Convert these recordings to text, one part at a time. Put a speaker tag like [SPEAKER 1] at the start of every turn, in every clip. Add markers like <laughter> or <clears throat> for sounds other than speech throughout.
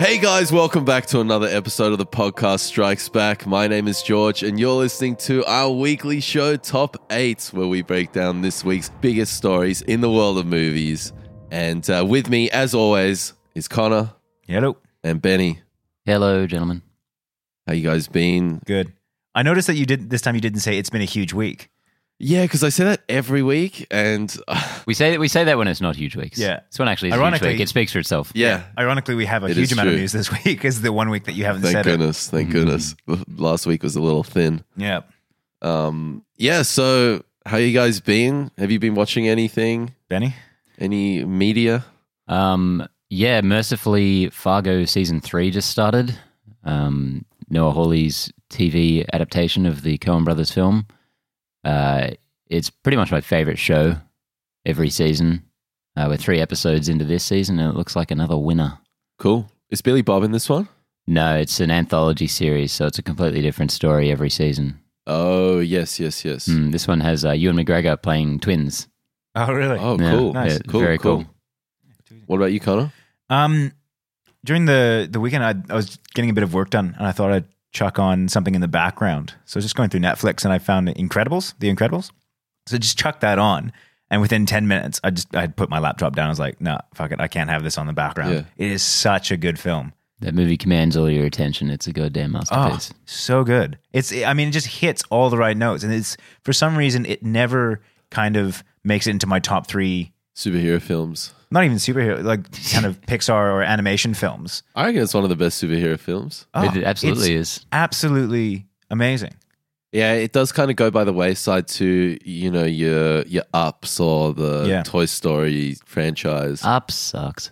[SPEAKER 1] Hey guys, welcome back to another episode of the podcast Strikes Back. My name is George, and you're listening to our weekly show Top 8, where we break down this week's biggest stories in the world of movies. And uh, with me, as always, is Connor
[SPEAKER 2] Hello.
[SPEAKER 1] and Benny.
[SPEAKER 3] Hello, gentlemen.
[SPEAKER 1] How you guys been?
[SPEAKER 2] Good. I noticed that you didn't this time you didn't say it's been a huge week.
[SPEAKER 1] Yeah, because I say that every week, and <laughs> uh,
[SPEAKER 3] We say that we say that when it's not huge weeks.
[SPEAKER 2] Yeah.
[SPEAKER 3] this one actually is a huge
[SPEAKER 2] Ironically-
[SPEAKER 3] week. It speaks for itself.
[SPEAKER 1] yeah,
[SPEAKER 2] Ironically, we have a
[SPEAKER 1] It is
[SPEAKER 2] huge amount
[SPEAKER 1] true.
[SPEAKER 2] of news this <laughs> week is the one week that you haven't
[SPEAKER 1] thank
[SPEAKER 2] said Mm-hmm.
[SPEAKER 1] goodness, thank goodness. <laughs> Last week was a little thin.
[SPEAKER 2] it. Yeah.
[SPEAKER 1] Um, yeah, so how you guys been? Have you been watching anything?
[SPEAKER 2] Benny?
[SPEAKER 1] Any media?
[SPEAKER 3] Um, yeah. Mercifully, Fargo season three just started. Um, Noah Hawley's TV adaptation of the Coen Brothers film. Uh, it's pretty much my favorite show every season. Uh, we're three episodes into this season, and it looks like another winner.
[SPEAKER 1] Cool. Is Billy Bob in this one?
[SPEAKER 3] No, it's an anthology series, so it's a completely different story every season.
[SPEAKER 1] Oh, yes, yes, yes.
[SPEAKER 3] Mm, this one has uh, Ewan McGregor playing twins.
[SPEAKER 2] Oh really?
[SPEAKER 1] Oh,
[SPEAKER 3] Yeah,
[SPEAKER 1] cool.
[SPEAKER 2] Nice.
[SPEAKER 3] yeah,
[SPEAKER 1] Cool,
[SPEAKER 3] very
[SPEAKER 1] cool.
[SPEAKER 3] cool.
[SPEAKER 1] What about you, Connor?
[SPEAKER 2] Um during the, the weekend I, I was getting a bit of work done and I thought I'd chuck on something in the background. So I was just going through Netflix and I found Incredibles, The Incredibles. So just chuck that on. And within 10 minutes, I just I had put my laptop down. I was like, no, fuck it. I can't have this on the background.
[SPEAKER 1] Yeah.
[SPEAKER 2] It is such a good film.
[SPEAKER 3] That movie commands all your attention. It's a goddamn masterpiece.
[SPEAKER 2] so good. It's I mean, it just hits all the right notes, and it's for some reason it never kind of makes it into my top three.
[SPEAKER 1] Superhero films.
[SPEAKER 2] Not even superhero, like kind of <laughs> Pixar or animation films.
[SPEAKER 1] I reckon it's one of the best superhero films.
[SPEAKER 2] Oh,
[SPEAKER 3] it absolutely
[SPEAKER 2] it's
[SPEAKER 3] is.
[SPEAKER 2] absolutely amazing.
[SPEAKER 1] Yeah, it does kind of go by the wayside to, you know, your your ups or the
[SPEAKER 2] Yeah.
[SPEAKER 1] Toy Story franchise.
[SPEAKER 3] Up sucks.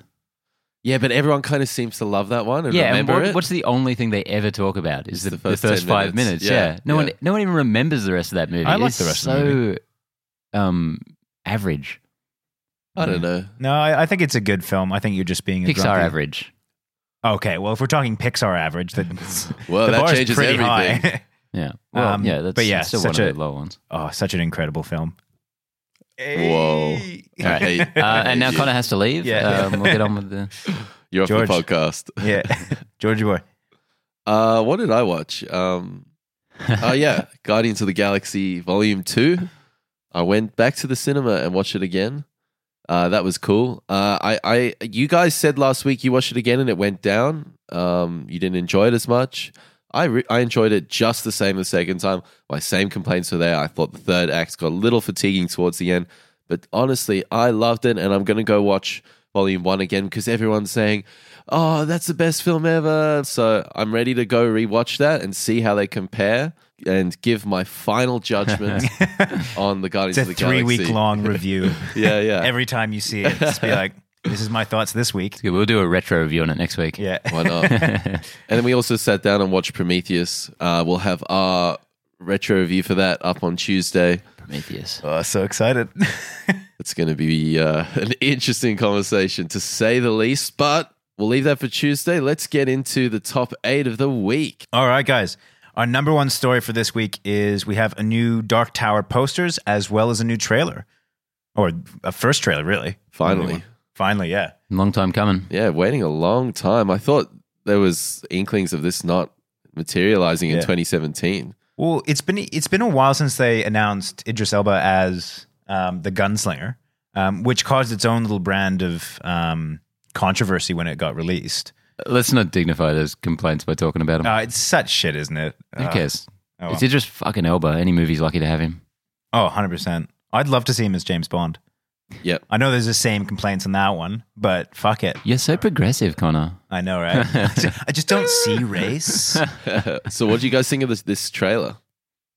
[SPEAKER 1] yeah, but everyone kind of seems to love that one and
[SPEAKER 3] Yeah, and
[SPEAKER 1] remember
[SPEAKER 3] what,
[SPEAKER 1] it.
[SPEAKER 3] what's the only thing they ever talk about is the, the first,
[SPEAKER 1] 10
[SPEAKER 3] five
[SPEAKER 1] minutes.
[SPEAKER 3] minutes.
[SPEAKER 1] Yeah,
[SPEAKER 3] Yeah. no one,
[SPEAKER 1] yeah.
[SPEAKER 3] no one even remembers the rest of that movie.
[SPEAKER 2] I like
[SPEAKER 3] It's
[SPEAKER 2] the rest
[SPEAKER 3] so,
[SPEAKER 2] of the
[SPEAKER 3] um, average.
[SPEAKER 1] I don't know.
[SPEAKER 2] No, I, I think it's a good film. I think you're just being a
[SPEAKER 3] Pixar
[SPEAKER 2] grumpy-
[SPEAKER 3] average.
[SPEAKER 2] Okay, well, if we're talking Pixar average,
[SPEAKER 1] Well,
[SPEAKER 2] then <laughs> the
[SPEAKER 1] Oh, that
[SPEAKER 2] bar is
[SPEAKER 1] changes
[SPEAKER 2] pretty
[SPEAKER 1] everything.
[SPEAKER 2] high.
[SPEAKER 3] Yeah, well,
[SPEAKER 2] Um,
[SPEAKER 3] yeah, that's
[SPEAKER 2] but yeah,
[SPEAKER 3] it's still
[SPEAKER 2] such
[SPEAKER 3] one
[SPEAKER 2] a-
[SPEAKER 3] of the low ones.
[SPEAKER 2] <laughs> oh, such an incredible film.
[SPEAKER 1] Whoa.
[SPEAKER 2] Hey.
[SPEAKER 1] All right,
[SPEAKER 2] <laughs>
[SPEAKER 1] hey,
[SPEAKER 3] Uh, and now
[SPEAKER 1] Yeah.
[SPEAKER 3] Connor has to leave.
[SPEAKER 2] Yeah.
[SPEAKER 3] um, we'll get on with the.
[SPEAKER 1] You're off
[SPEAKER 2] George.
[SPEAKER 1] the podcast.
[SPEAKER 2] yeah, <laughs> Georgie boy.
[SPEAKER 1] Uh, what did I watch? Um, <laughs> oh
[SPEAKER 3] <laughs>
[SPEAKER 1] yeah, Guardians of the Galaxy Volume Two. I went back to the cinema and watched it again. Uh, that was cool. Uh, I, I, you guys said last week you watched it again and it went down. Um, you didn't enjoy it as much. I, re- I enjoyed it just the same the second time. My same complaints were there. I thought the third act got a little fatiguing towards the end, but honestly, I loved it, and I'm gonna go watch Volume One again because everyone's saying, "Oh, that's the best film ever." So I'm ready to go rewatch that and see how they compare and give my final
[SPEAKER 2] <laughs>
[SPEAKER 1] judgment on the Guardians
[SPEAKER 2] It's a
[SPEAKER 1] of the
[SPEAKER 2] three
[SPEAKER 1] Galaxy.
[SPEAKER 2] week long review.
[SPEAKER 1] Yeah, yeah.
[SPEAKER 2] <laughs> every time you see it, just be
[SPEAKER 3] <laughs>
[SPEAKER 2] like, this is my thoughts this week.
[SPEAKER 3] Okay, we'll do a retro review on it next week.
[SPEAKER 2] Yeah.
[SPEAKER 1] Why not? and then we also sat down and watched Prometheus. Uh, we'll have our retro review for that up on Tuesday.
[SPEAKER 3] Prometheus.
[SPEAKER 2] <laughs> Oh, so excited. <laughs>
[SPEAKER 1] It's going to be uh, <laughs> an interesting conversation to say the least, but we'll leave that for Tuesday. Let's get into the top eight of the week.
[SPEAKER 2] All right, guys. Our number one story for this week is we have a new Dark Tower posters as well as a new trailer. Or a first trailer, really.
[SPEAKER 1] Finally.
[SPEAKER 2] Finally, yeah.
[SPEAKER 3] Long time coming.
[SPEAKER 1] Yeah, waiting a long time. I thought there was inklings of this not materializing in
[SPEAKER 2] Yeah.
[SPEAKER 1] 2017.
[SPEAKER 2] Well, it's been it's been a while since they announced Idris Elba as um, the gunslinger, um, which caused its own little brand of um, controversy when it got released.
[SPEAKER 3] Let's not dignify those complaints by talking about them.
[SPEAKER 2] Uh, it's such shit, isn't it?
[SPEAKER 3] Who
[SPEAKER 2] Uh,
[SPEAKER 3] cares?
[SPEAKER 2] oh, well.
[SPEAKER 3] It's just fucking Elba. Any movie's lucky to have him.
[SPEAKER 2] Oh, 100%. I'd love to see him as James Bond.
[SPEAKER 1] Yep.
[SPEAKER 2] I know there's the same complaints on that one, but fuck it.
[SPEAKER 3] You're so
[SPEAKER 2] <laughs>
[SPEAKER 3] progressive, Connor.
[SPEAKER 2] I know,
[SPEAKER 3] <laughs>
[SPEAKER 2] right? I just don't see race.
[SPEAKER 1] <laughs> so, what do you guys think of this, this trailer?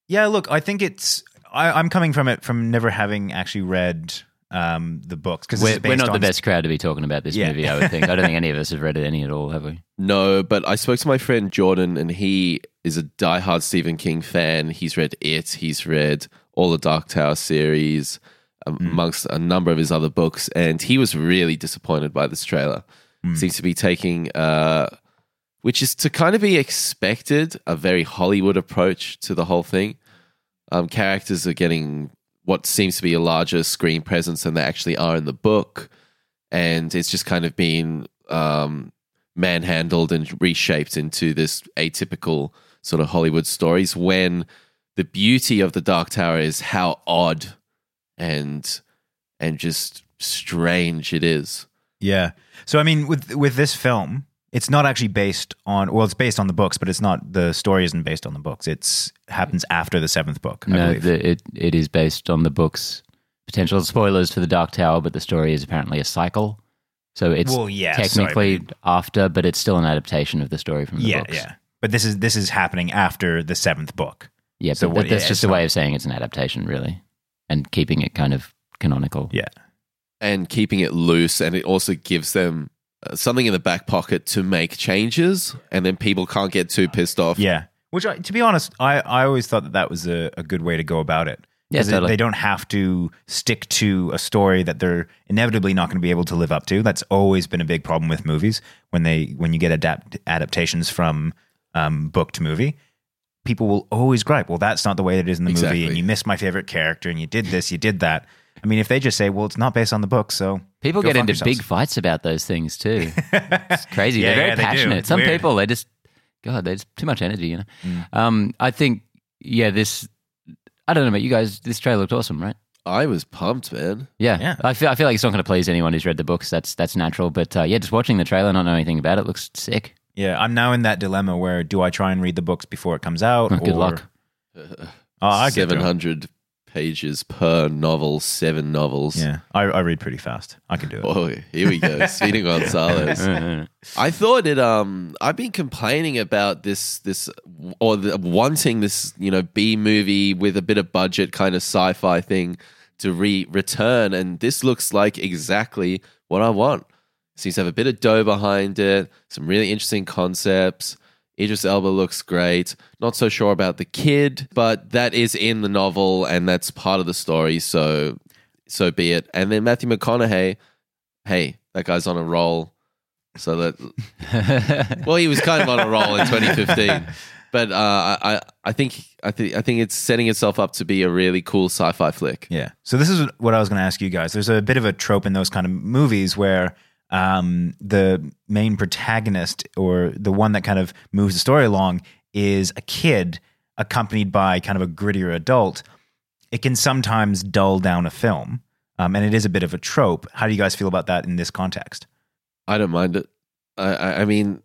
[SPEAKER 2] Yeah, look, I think it's. I, I'm coming from it from never having actually read um, the books because
[SPEAKER 3] We're, we're not the best crowd to be talking about this
[SPEAKER 2] Yeah.
[SPEAKER 3] movie, I would think. I don't think any of us have read it any at all,
[SPEAKER 2] <laughs>
[SPEAKER 3] have we?
[SPEAKER 1] No, but I spoke to my friend Jordan, and he is a diehard Stephen King fan. He's read It, he's read all the Dark Tower series, um, amongst a number of his other books, and he was really disappointed by this trailer. Seems to be taking, uh, which is to kind of be expected, a very Hollywood approach to the whole thing. Um, characters are getting what seems to be a larger screen presence than they actually are in the book, and it's just kind of been um, manhandled and reshaped into this atypical sort of Hollywood stories when the beauty of the Dark Tower is how odd and and just strange it is.
[SPEAKER 2] Yeah. So I mean, with with this film, it's not actually based on. Well, it's based on the books, but it's not. The story isn't based on the books. It's happens after the seventh book. I
[SPEAKER 3] no,
[SPEAKER 2] believe.
[SPEAKER 3] the, it it is based on the books. Potential spoilers for the Dark Tower, but the story is apparently a cycle. So it's
[SPEAKER 2] Well, yeah, sorry,
[SPEAKER 3] technically
[SPEAKER 2] but
[SPEAKER 3] after, but it's still an adaptation of the story from the
[SPEAKER 2] yeah,
[SPEAKER 3] books.
[SPEAKER 2] yeah. But this is this is happening after the seventh book.
[SPEAKER 3] yeah.
[SPEAKER 2] So
[SPEAKER 3] but
[SPEAKER 2] what-
[SPEAKER 3] that- that's
[SPEAKER 2] yeah,
[SPEAKER 3] just
[SPEAKER 2] it's
[SPEAKER 3] a way of saying it's an adaptation, really, and keeping it kind of canonical.
[SPEAKER 2] Yeah.
[SPEAKER 1] and keeping it loose and it also gives them uh, something in the back pocket to make changes and then people can't get too pissed off
[SPEAKER 2] Yeah. Which, I, to be honest, I, I always thought that that was a, a good way to go about it.
[SPEAKER 3] Yeah,
[SPEAKER 2] 'Cause it-
[SPEAKER 3] totally.
[SPEAKER 2] They don't have to stick to a story that they're inevitably not going to be able to live up to. That's always been a big problem with movies when they when you get adapt adaptations from um, book to movie. People will always gripe, "Well, that's not the way it is in the movie,
[SPEAKER 1] Exactly.
[SPEAKER 2] and you missed my favorite character, and you did this, you did that." I mean, if they just say, "Well, it's not based on the book," so
[SPEAKER 3] People
[SPEAKER 2] Go
[SPEAKER 3] get
[SPEAKER 2] fuck
[SPEAKER 3] into
[SPEAKER 2] yourselves.
[SPEAKER 3] big fights about those
[SPEAKER 2] <laughs>
[SPEAKER 3] things too. It's crazy.
[SPEAKER 2] Yeah,
[SPEAKER 3] They're very
[SPEAKER 2] yeah, they do.
[SPEAKER 3] passionate.
[SPEAKER 2] It's
[SPEAKER 3] Some
[SPEAKER 2] weird. Mm.
[SPEAKER 3] people they just God, there's too much energy, you know. Um, I think yeah, this I don't know, but you guys this trailer looked awesome, right?
[SPEAKER 1] i was pumped man
[SPEAKER 3] Yeah.
[SPEAKER 2] Yeah.
[SPEAKER 3] I feel I feel like it's not gonna please anyone who's read the books. That's that's natural. But uh, yeah, just watching the trailer, not knowing anything about it looks sick. <laughs>
[SPEAKER 2] yeah, I'm now in that dilemma where do I try and read the books before it comes out?
[SPEAKER 3] Good
[SPEAKER 2] <laughs>
[SPEAKER 3] luck.
[SPEAKER 2] Oh, I get through 'em.
[SPEAKER 1] 700 pages per novel seven novels
[SPEAKER 2] Yeah, I, I read pretty fast. I can do it.
[SPEAKER 1] Oh, here we
[SPEAKER 2] <laughs>
[SPEAKER 1] go. Speedy Gonzalez. I thought it. Um, I've been complaining about this, this, or the, wanting this, you know, B movie with a bit of budget kind of sci-fi thing to re return, and this looks like exactly what I want. Seems to have a bit of dough behind it, some really interesting concepts. Idris Elba looks great. Not so sure about the kid, but that is in the novel and that's part of the story. So, so be it. And then Matthew McConaughey, hey, that guy's on a roll. So that <laughs> well, he was kind of on a roll in 2015, but uh, I, I- I think I think I think it's setting itself up to be a really cool sci-fi flick.
[SPEAKER 2] Yeah. So this is what I was going to ask you guys. There's a bit of a trope in those kind of movies where um, the main protagonist or the one that kind of moves the story along is a kid accompanied by kind of a grittier adult. It can sometimes dull down a film, um, and it is a bit of a trope. How do you guys feel about that in this context?
[SPEAKER 1] I don't mind it. I, I, I mean,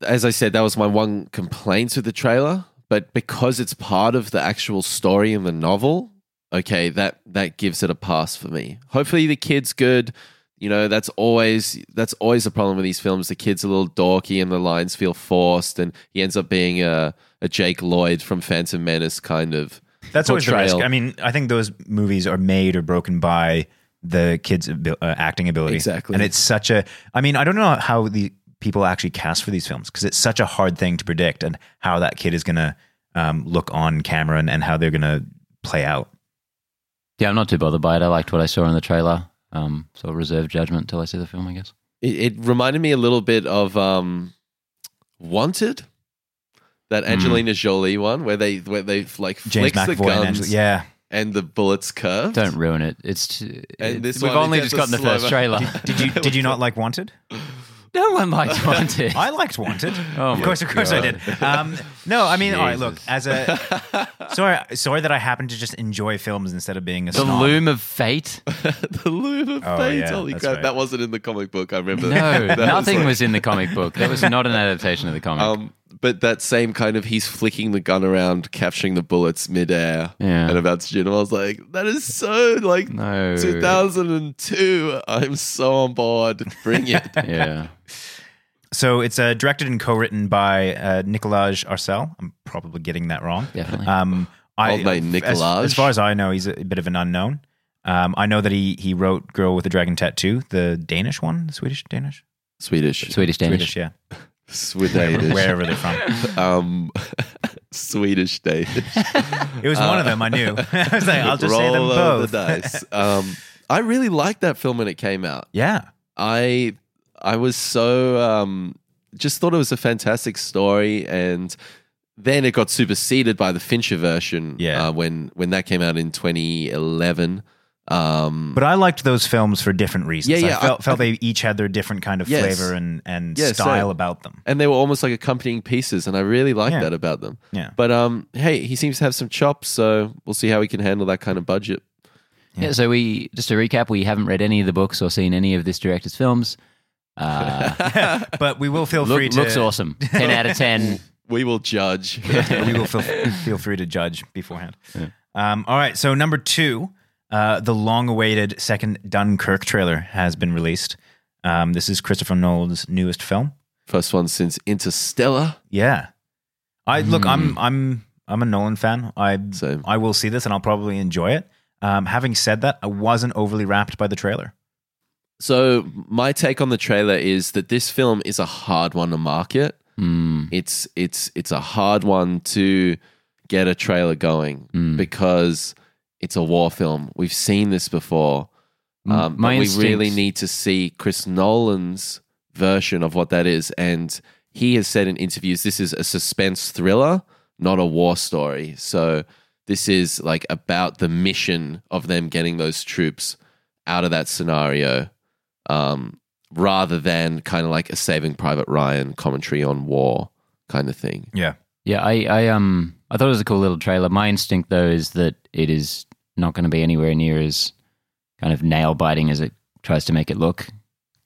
[SPEAKER 1] as I said, that was my one complaint with the trailer. But because it's part of the actual story in the novel, okay, that that gives it a pass for me. Hopefully, the kid's good. You know, that's always that's always a problem with these films. The kid's a little dorky, and the lines feel forced, and he ends up being a a Jake Lloyd from Phantom Menace kind of.
[SPEAKER 2] That's always the risk.
[SPEAKER 1] Portrayal.
[SPEAKER 2] I mean, I think those movies are made or broken by the kid's abil- uh, acting ability.
[SPEAKER 1] Exactly.
[SPEAKER 2] And it's such a, I mean, I don't know how the people actually cast for these films because it's such a hard thing to predict and how that kid is going to um, look on camera and, and how they're going to play out.
[SPEAKER 3] <laughs> yeah, I'm not too bothered by it. I liked what I saw in the trailer. Um, so I'll reserve judgment till I see the film,
[SPEAKER 2] <laughs>
[SPEAKER 3] I guess.
[SPEAKER 1] It, it reminded me a little bit of um, Wanted, that Angelina Jolie one, where they where they like
[SPEAKER 2] Hmm. James
[SPEAKER 1] flicks the
[SPEAKER 2] McAvoy and
[SPEAKER 1] guns
[SPEAKER 2] Angela. Yeah.
[SPEAKER 1] and the bullets curve. <laughs>
[SPEAKER 3] Don't ruin it. It's too,
[SPEAKER 1] And
[SPEAKER 3] it-
[SPEAKER 1] this
[SPEAKER 3] we've
[SPEAKER 1] one,
[SPEAKER 3] only
[SPEAKER 1] it's
[SPEAKER 3] just
[SPEAKER 1] a
[SPEAKER 3] gotten the
[SPEAKER 1] slow
[SPEAKER 3] first
[SPEAKER 1] mo-
[SPEAKER 3] trailer. <laughs>
[SPEAKER 2] Did you did you not like Wanted?
[SPEAKER 3] no
[SPEAKER 1] <laughs>
[SPEAKER 3] one likes wanted.
[SPEAKER 2] I liked Wanted.
[SPEAKER 3] <laughs> Oh
[SPEAKER 2] of
[SPEAKER 3] my
[SPEAKER 2] course, of course, I
[SPEAKER 3] God.
[SPEAKER 2] did. Um, no, I mean, all right. Look,
[SPEAKER 3] Jesus.
[SPEAKER 2] as a
[SPEAKER 3] <laughs>
[SPEAKER 2] sorry, sorry that I happen to just enjoy films instead of being a
[SPEAKER 3] The
[SPEAKER 2] snob.
[SPEAKER 3] loom of fate.
[SPEAKER 1] <laughs> the loom of
[SPEAKER 2] Oh,
[SPEAKER 1] fate.
[SPEAKER 2] yeah,
[SPEAKER 1] Holy
[SPEAKER 2] that's
[SPEAKER 1] crap!
[SPEAKER 2] right.
[SPEAKER 1] That wasn't in the comic book. I remember.
[SPEAKER 3] No,
[SPEAKER 1] <laughs> That was
[SPEAKER 3] nothing
[SPEAKER 1] like-
[SPEAKER 3] was in the comic book. That was not an adaptation of the comic.
[SPEAKER 1] Um, but that same kind of he's flicking the gun around, capturing the bullets midair,
[SPEAKER 3] Yeah.
[SPEAKER 1] and about to shoot him. I was like, that is so like
[SPEAKER 3] no.
[SPEAKER 1] 2002. I'm so on board. Bring
[SPEAKER 2] <laughs>
[SPEAKER 1] it.
[SPEAKER 3] Yeah.
[SPEAKER 2] So it's uh, directed and co-written by uh, Nicolaj Arcel. I'm probably getting that wrong.
[SPEAKER 3] Definitely.
[SPEAKER 2] Um, I,
[SPEAKER 1] Old mate
[SPEAKER 2] as,
[SPEAKER 1] Nicolaj.
[SPEAKER 2] as far as I know, he's a bit of an unknown. Um, I know that he he wrote "Girl with a Dragon Tattoo," the Danish one, Swedish, Danish,
[SPEAKER 1] Swedish.
[SPEAKER 3] Swedish Danish.
[SPEAKER 2] Swedish, yeah, <laughs>
[SPEAKER 1] Swedish.
[SPEAKER 2] wherever they're
[SPEAKER 1] <laughs>
[SPEAKER 2] from.
[SPEAKER 1] um, Swedish Danish.
[SPEAKER 2] It was one of them. <laughs> I knew. <laughs> I was like, I'll just say them
[SPEAKER 1] Roll over
[SPEAKER 2] both. <laughs>
[SPEAKER 1] the dice. Um, I really liked that film when it came out.
[SPEAKER 2] yeah,
[SPEAKER 1] I I was so um, just thought it was a fantastic story, and then it got superseded by the Fincher version.
[SPEAKER 2] Yeah.
[SPEAKER 1] uh, when when that came out in 2011, Um,
[SPEAKER 2] But I liked those films for different reasons.
[SPEAKER 1] Yeah,
[SPEAKER 2] I
[SPEAKER 1] yeah,
[SPEAKER 2] felt,
[SPEAKER 1] I-
[SPEAKER 2] felt they each had their different kind of
[SPEAKER 1] Yes.
[SPEAKER 2] flavor and, and
[SPEAKER 1] Yeah,
[SPEAKER 2] style
[SPEAKER 1] same.
[SPEAKER 2] about them.
[SPEAKER 1] and they were almost like accompanying pieces, and I really like
[SPEAKER 2] Yeah.
[SPEAKER 1] that about them.
[SPEAKER 2] Yeah.
[SPEAKER 1] But um, hey, he seems to have some chops, so we'll see how we can handle that kind of budget.
[SPEAKER 2] Yeah.
[SPEAKER 3] Yeah. so we just to recap, we haven't read any of the books or seen any of this
[SPEAKER 1] <laughs>
[SPEAKER 3] director's films. Uh,
[SPEAKER 2] But we will feel
[SPEAKER 3] look-
[SPEAKER 2] free to
[SPEAKER 3] looks awesome. Ten out of
[SPEAKER 1] <laughs>
[SPEAKER 3] ten.
[SPEAKER 1] we will
[SPEAKER 2] <laughs>
[SPEAKER 1] judge.
[SPEAKER 2] we will feel, feel free to judge beforehand. Um, all right. So number two, uh, the long-awaited second Dunkirk trailer has been released. Um, this is Christopher Nolan's newest film.
[SPEAKER 1] First one since Interstellar.
[SPEAKER 2] Yeah. I look. I'm. I'm. I'm a Nolan fan. I.
[SPEAKER 1] Same.
[SPEAKER 2] I will see this, and I'll probably enjoy it. Um, having said that, I wasn't overly wrapped by the trailer.
[SPEAKER 1] So my take on the trailer is that this film is a hard one to market.
[SPEAKER 3] Mm,
[SPEAKER 1] It's it's it's a hard one to get a trailer going
[SPEAKER 3] mm.
[SPEAKER 1] because it's a war film. We've seen this before. Um, but
[SPEAKER 3] Mm, My
[SPEAKER 1] we really
[SPEAKER 3] instinct-
[SPEAKER 1] need to see Chris Nolan's version of what that is. And he has said in interviews this is a suspense thriller, not a war story. So this is like about the mission of them getting those troops out of that scenario um, rather than kind of like a Saving Private Ryan commentary on war kind of thing.
[SPEAKER 2] Yeah.
[SPEAKER 3] Yeah, I, I um I thought it was a cool little trailer. My instinct though is that it is not going to be anywhere near as kind of nail biting as it tries to make it look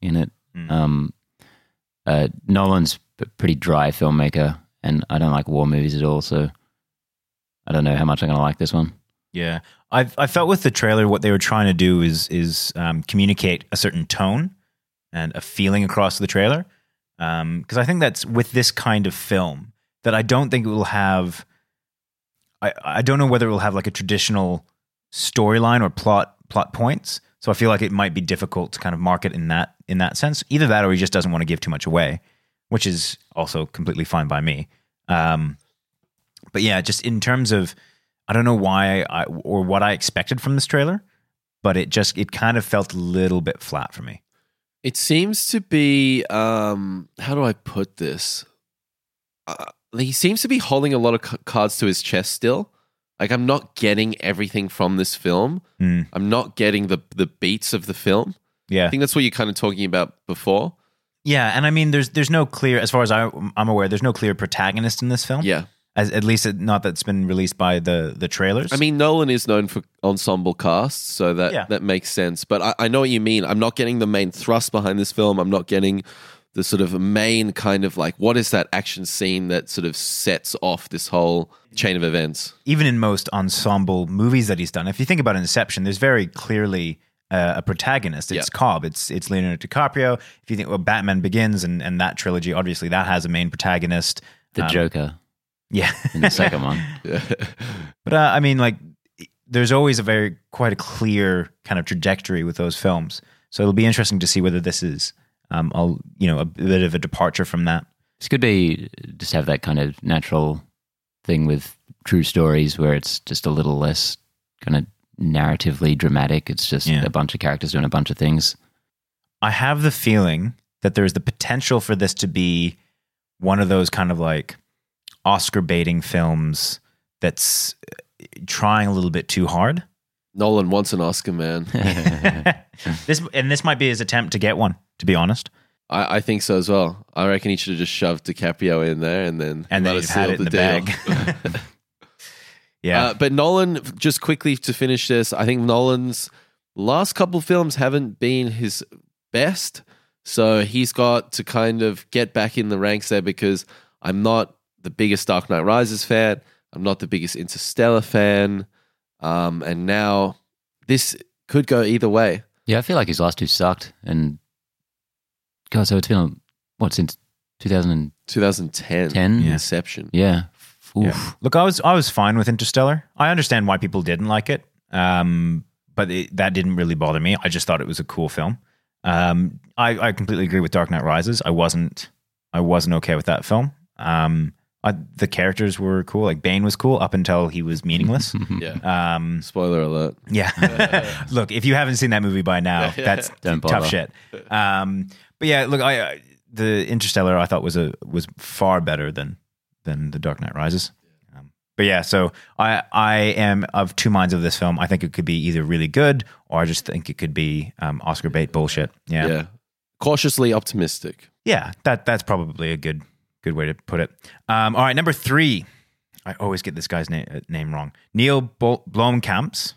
[SPEAKER 3] in it.
[SPEAKER 2] Mm.
[SPEAKER 3] Um, uh, Nolan's a pretty dry filmmaker, and I don't like war movies at all, so I don't know how much I'm going to like this one.
[SPEAKER 2] Yeah, I I felt with the trailer what they were trying to do is is um, communicate a certain tone and a feeling across the trailer, because I think that's with this kind of film that I don't think it will have. I I don't know whether it will have like a traditional storyline or plot plot points. So I feel like it might be difficult to kind of market in that in that sense. Either that, or he just doesn't want to give too much away, which is also completely fine by me. Um, but yeah, just in terms of I don't know why I or what I expected from this trailer, but it just it kind of felt a little bit flat for me.
[SPEAKER 1] It seems to be. Um, how do I put this? Uh, he seems to be holding a lot of c- cards to his chest still. Like I'm not getting everything from this film.
[SPEAKER 2] Mm,
[SPEAKER 1] I'm not getting the the beats of the film. I
[SPEAKER 2] yeah,
[SPEAKER 1] think that's what you're kind of talking about before.
[SPEAKER 2] yeah, and I mean, there's there's no clear, as far as I, I'm aware, there's no clear protagonist in this film.
[SPEAKER 1] Yeah,
[SPEAKER 2] as, at least it, not that's been released by the the trailers.
[SPEAKER 1] I mean Nolan is known for ensemble casts, so that
[SPEAKER 2] Yeah.
[SPEAKER 1] that makes sense. But I, I know what you mean. I'm not getting the main thrust behind this film. I'm not getting the sort of main kind of like what is that action scene that sort of sets off this whole chain of events.
[SPEAKER 2] even in most ensemble movies that he's done, if you think about Inception, there's very clearly uh, a protagonist. It's
[SPEAKER 1] Yeah.
[SPEAKER 2] Cobb. It's it's Leonardo DiCaprio. If you think well, Batman Begins and and that trilogy, obviously that has a main protagonist.
[SPEAKER 3] The
[SPEAKER 2] Um,
[SPEAKER 3] Joker
[SPEAKER 2] Yeah, <laughs>
[SPEAKER 3] in the second one.
[SPEAKER 2] But uh, I mean, like, there's always a very quite a clear kind of trajectory with those films. So it'll be interesting to see whether this is, um, a, you know, a bit of a departure from that.
[SPEAKER 3] It's good to just have that kind of natural thing with true stories where it's just a little less kind of narratively dramatic. It's just
[SPEAKER 2] Yeah.
[SPEAKER 3] a bunch of characters doing a bunch of
[SPEAKER 2] <laughs>
[SPEAKER 3] things.
[SPEAKER 2] I have the feeling that there's the potential for this to be one of those kind of like Oscar baiting films that's uh, trying a little bit too hard. <laughs>
[SPEAKER 1] Nolan wants an Oscar, man.
[SPEAKER 2] this and this might be his attempt to get one, to be honest.
[SPEAKER 1] I, I think so as well. I reckon he should have just shoved DiCaprio in there and then that
[SPEAKER 2] And then
[SPEAKER 1] would
[SPEAKER 2] you've had it
[SPEAKER 1] sealed
[SPEAKER 2] in the,
[SPEAKER 1] deal. <laughs>
[SPEAKER 2] bag. <laughs> yeah.
[SPEAKER 1] Uh, but Nolan, just quickly to finish this, I think Nolan's last couple films haven't been his best, so he's got to kind of get back in the ranks there because I'm not the biggest Dark Knight Rises fan. I'm not the biggest Interstellar fan, um, and now this could go either way.
[SPEAKER 3] Yeah, I feel like his last two sucked. And God, so it's been, what, since 2010?
[SPEAKER 1] 2010,
[SPEAKER 2] Yeah.
[SPEAKER 1] Inception.
[SPEAKER 3] Yeah. Oof.
[SPEAKER 2] Yeah. Look, I was I was fine with Interstellar. I understand why people didn't like it, um, but it, that didn't really bother me. I just thought it was a cool film. Um, I, I completely agree with Dark Knight Rises. I wasn't I wasn't okay with that film. Um, I, the characters were cool. Like Bane was cool up until he was meaningless.
[SPEAKER 1] Yeah.
[SPEAKER 2] um,
[SPEAKER 1] Spoiler alert.
[SPEAKER 2] yeah. <laughs> look, if you haven't seen that movie by now,
[SPEAKER 1] Yeah.
[SPEAKER 2] that's
[SPEAKER 3] Don't
[SPEAKER 2] tough
[SPEAKER 3] bother.
[SPEAKER 2] shit. Um, but yeah, look, I, I the Interstellar I thought was a was far better than than the Dark Knight Rises. Um, But yeah, so I I am of two minds of this film. I think it could be either really good or I just think it could be um, Oscar bait bullshit.
[SPEAKER 1] Yeah.
[SPEAKER 2] Yeah. yeah,
[SPEAKER 1] Cautiously optimistic.
[SPEAKER 2] That that's probably a good good way to put it. Um, all right, number three. I always get this guy's na- uh, name wrong. Neil Bol- Blomkamp's.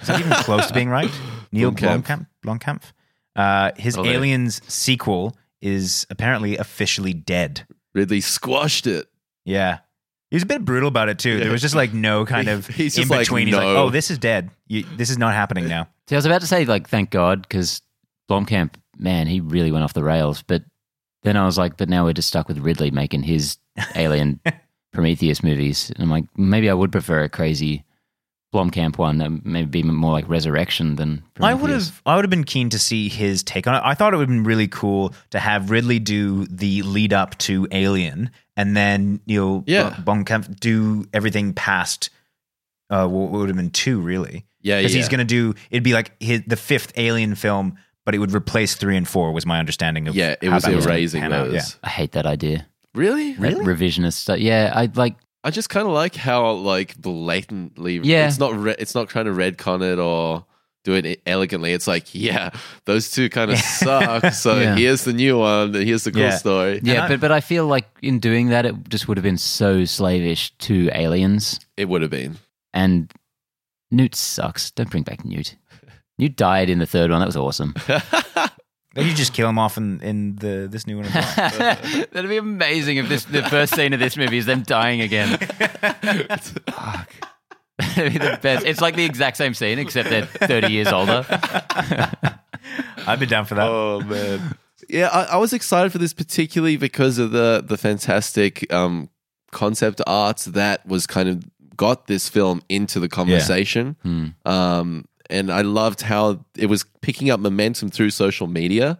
[SPEAKER 2] Is that even close to
[SPEAKER 1] <laughs>
[SPEAKER 2] being right? Neil
[SPEAKER 1] Blomkamp.
[SPEAKER 2] Blomkamp. Blomkamp. Uh, his
[SPEAKER 1] Oh, there.
[SPEAKER 2] Aliens sequel is apparently officially dead.
[SPEAKER 1] Ridley squashed it.
[SPEAKER 2] Yeah. He was a bit brutal about it too.
[SPEAKER 1] Yeah.
[SPEAKER 2] There was just like no kind of
[SPEAKER 1] He's
[SPEAKER 2] in
[SPEAKER 1] just like,
[SPEAKER 2] between. He's like,
[SPEAKER 1] "No."
[SPEAKER 2] oh, this is dead. You, this is not happening now.
[SPEAKER 3] See, I was about to say like thank God because Blomkamp, man, he really went off the rails. But then I was like, but now we're just stuck with Ridley making his
[SPEAKER 2] <laughs>
[SPEAKER 3] Alien Prometheus movies, and I'm like, maybe I would prefer a crazy Blomkamp one. That maybe be more like Resurrection than
[SPEAKER 2] I
[SPEAKER 3] Prometheus.
[SPEAKER 2] would have, I would have been keen to see his take on it. I thought it would have been really cool to have Ridley do the lead up to Alien, and then you know,
[SPEAKER 1] Yeah.
[SPEAKER 2] Bonkamp do everything past. Uh, what would have been two really?
[SPEAKER 1] Yeah,
[SPEAKER 2] Because
[SPEAKER 1] Uh, yeah.
[SPEAKER 2] he's gonna do. It'd be like his, the fifth Alien film, but it would replace three and four. Was my understanding of
[SPEAKER 1] yeah, it
[SPEAKER 2] how
[SPEAKER 1] was
[SPEAKER 2] that was gonna
[SPEAKER 1] erasing
[SPEAKER 2] pan out.
[SPEAKER 1] those.
[SPEAKER 2] Yeah.
[SPEAKER 3] I hate that idea.
[SPEAKER 1] Really?
[SPEAKER 3] That revisionist stuff. Yeah, I like.
[SPEAKER 1] I just kind of like how like blatantly.
[SPEAKER 3] Yeah.
[SPEAKER 1] It's not. Re- it's not trying to redcon it or do it e, elegantly. It's like, yeah, those two kind
[SPEAKER 2] <laughs>
[SPEAKER 1] of suck. So
[SPEAKER 3] Yeah.
[SPEAKER 1] here's the new one. and Here's the cool
[SPEAKER 2] Yeah.
[SPEAKER 1] story.
[SPEAKER 3] Yeah,
[SPEAKER 2] I-
[SPEAKER 3] but but I feel like in doing that, it just would have been so slavish to aliens.
[SPEAKER 1] It would have been.
[SPEAKER 3] And Newt sucks. Don't bring back Newt. Newt died in the third one. That was awesome.
[SPEAKER 2] Then you just kill him off in, in the this new one. As well.
[SPEAKER 1] <laughs>
[SPEAKER 3] That'd be amazing if this the first scene of this movie is them dying again. Fuck. That'd be the best. It's like the exact same scene, except they're 30 years older.
[SPEAKER 2] I'd be down for that.
[SPEAKER 1] oh man. Yeah, I, I was excited for this particularly because of the the fantastic um, concept art that was kind of got this film into the conversation.
[SPEAKER 3] Hmm.
[SPEAKER 1] Um, and I loved how it was picking up momentum through social media.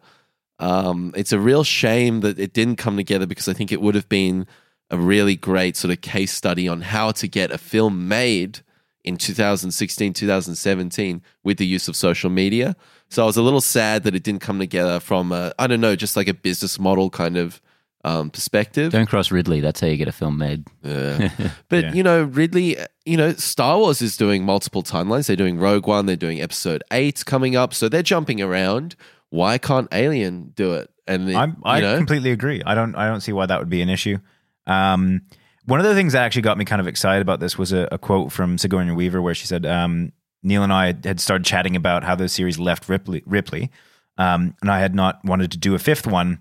[SPEAKER 1] Um, it's a real shame that it didn't come together because I think it would have been a really great sort of case study on how to get a film made in 2016, 2017 with the use of social media. So I was a little sad that it didn't come together from, a, I don't know, just like a business model kind of um, perspective.
[SPEAKER 3] Don't cross Ridley. That's how you get a film made.
[SPEAKER 2] <laughs>
[SPEAKER 1] Yeah. But you know, Ridley, you know, Star Wars is doing multiple timelines. They're doing Rogue One, they're doing Episode 8 coming up, so they're jumping around. Why can't Alien do it? And it-
[SPEAKER 2] I'm, I
[SPEAKER 1] you know,
[SPEAKER 2] completely agree. I don't. I don't see why that would be an issue. Um, one of the things that actually got me kind of excited about this was a, a quote from Sigourney Weaver where she said, um, "Neil and I had started chatting about how the series left Ripley, Ripley um, and I had not wanted to do a fifth one."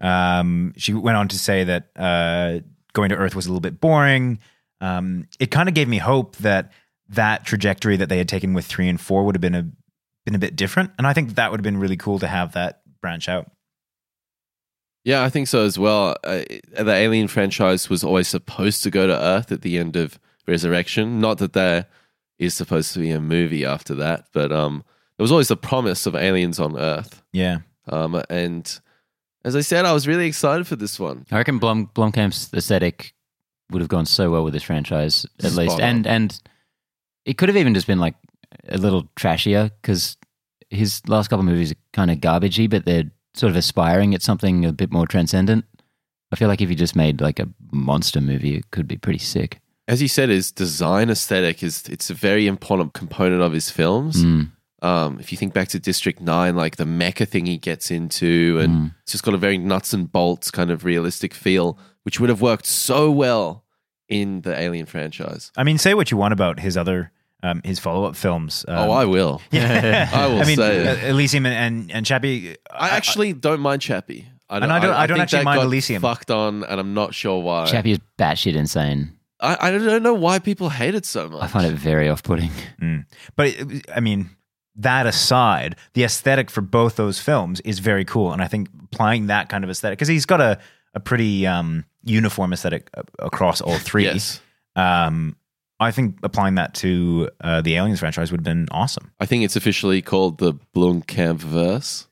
[SPEAKER 2] Um, she went on to say that uh, going to Earth was a little bit boring. Um, it kind of gave me hope that that trajectory that they had taken with three and four would have been a been a bit different, and I think that would have been really cool to have that branch out.
[SPEAKER 1] yeah, I think so as well. Uh, the Alien franchise was always supposed to go to Earth at the end of Resurrection. Not that there is supposed to be a movie after that, but um, there was always the promise of aliens on Earth.
[SPEAKER 2] Yeah.
[SPEAKER 1] Um, and as I said, I was really excited for this one.
[SPEAKER 3] I reckon Blom, Blomkamp's aesthetic would have gone so well with this franchise, at
[SPEAKER 1] Spot
[SPEAKER 3] least,
[SPEAKER 1] on.
[SPEAKER 3] and and it could have even just been like a little trashier because his last couple of movies are kind of garbagey, but they're sort of aspiring at something a bit more transcendent. I feel like if you just made like a monster movie, it could be pretty sick.
[SPEAKER 1] as you said, his design aesthetic is it's a very important component of his films.
[SPEAKER 2] Hmm.
[SPEAKER 3] Mm.
[SPEAKER 1] Um, if you think back to District Nine, like the mecha thing he gets into, and
[SPEAKER 2] Hmm.
[SPEAKER 1] it's just got a very nuts and bolts kind of realistic feel, which would have worked so well in the Alien franchise.
[SPEAKER 2] I mean, say what you want about his other um, his follow up films. Um,
[SPEAKER 1] oh, I will.
[SPEAKER 2] <laughs> yeah.
[SPEAKER 1] <laughs> I will
[SPEAKER 2] <laughs> I mean,
[SPEAKER 1] say
[SPEAKER 2] uh, Elysium and and, and Chappie. uh,
[SPEAKER 1] I actually don't mind Chappie. I
[SPEAKER 2] And I don't- I don't
[SPEAKER 1] think
[SPEAKER 2] actually
[SPEAKER 1] that
[SPEAKER 2] mind
[SPEAKER 1] got
[SPEAKER 2] Elysium.
[SPEAKER 1] Fucked on, and I'm not sure why.
[SPEAKER 3] Chappie is batshit insane.
[SPEAKER 1] I, I don't know why people hate it so much.
[SPEAKER 3] I find it
[SPEAKER 1] <laughs>
[SPEAKER 3] very off-putting.
[SPEAKER 2] Mm. But it, I mean, that aside, the aesthetic for both those films is very cool, and I think applying that kind of aesthetic because he's got a a pretty um, uniform aesthetic a- across all three.
[SPEAKER 1] Yes.
[SPEAKER 2] Um, I think applying that to uh, the Aliens franchise would have been awesome.
[SPEAKER 1] I think it's officially called the Blomkamp verse.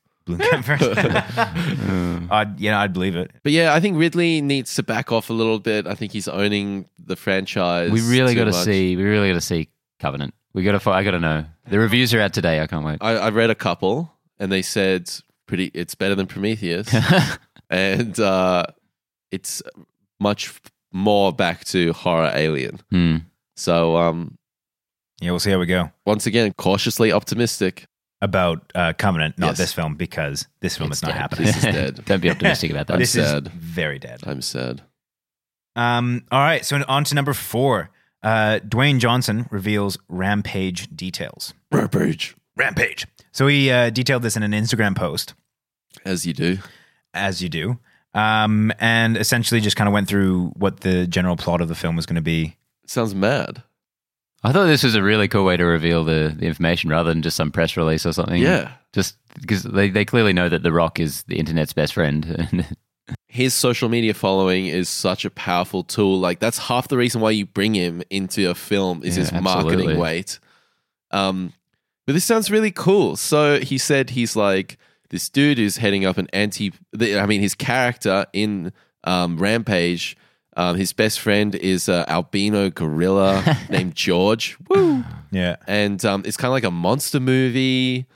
[SPEAKER 1] <laughs>
[SPEAKER 2] I'd, you know, I'd believe it.
[SPEAKER 1] But yeah, I think Ridley needs to back off a little bit. I think he's owning the franchise.
[SPEAKER 3] we really
[SPEAKER 1] too
[SPEAKER 3] got to
[SPEAKER 1] much.
[SPEAKER 3] see. We really got to see Covenant. We got to. fi- I got to know. The reviews are out today. I
[SPEAKER 1] <laughs>
[SPEAKER 3] can't wait. <laughs>
[SPEAKER 1] I, I read a couple, and they said pretty.
[SPEAKER 3] <laughs>
[SPEAKER 1] It's better than Prometheus, and uh, it's much more back to horror alien.
[SPEAKER 3] Hmm.
[SPEAKER 1] So um,
[SPEAKER 2] Yeah, we'll see how we go.
[SPEAKER 1] once again, cautiously optimistic.
[SPEAKER 2] About uh, Covenant, not
[SPEAKER 1] Yes.
[SPEAKER 2] this film, because this film
[SPEAKER 3] It's
[SPEAKER 2] is not
[SPEAKER 3] dead.
[SPEAKER 2] happening. <laughs>
[SPEAKER 1] This is dead.
[SPEAKER 3] Don't be optimistic
[SPEAKER 1] <laughs>
[SPEAKER 3] about that.
[SPEAKER 1] I'm
[SPEAKER 2] this
[SPEAKER 1] sad.
[SPEAKER 2] is very dead.
[SPEAKER 1] I'm sad.
[SPEAKER 2] Um, all right, so on to number four. Uh, Dwayne Johnson reveals Rampage details.
[SPEAKER 1] Rampage,
[SPEAKER 2] Rampage. So he uh, detailed this in an Instagram post,
[SPEAKER 1] as you do.
[SPEAKER 2] as you do, um, and essentially just kind of went through what the general plot of the film was going to be.
[SPEAKER 1] Sounds mad.
[SPEAKER 3] I thought this was a really cool way to reveal the, the information rather than just some press release or something.
[SPEAKER 1] Yeah.
[SPEAKER 3] Just because they, they clearly know that The Rock is the internet's best friend. <laughs>
[SPEAKER 1] his social media following is such a powerful tool. Like that's half the reason why you bring him into a film is
[SPEAKER 3] Yeah,
[SPEAKER 1] his
[SPEAKER 3] absolutely.
[SPEAKER 1] marketing weight. Um, but this sounds really cool. So he said he's like this dude who's heading up an anti. The, I mean, his character in um, Rampage. Um, his best friend is an albino gorilla
[SPEAKER 3] <laughs>
[SPEAKER 1] named George, Woo.
[SPEAKER 2] Yeah.
[SPEAKER 1] and um, it's kind of like a monster movie.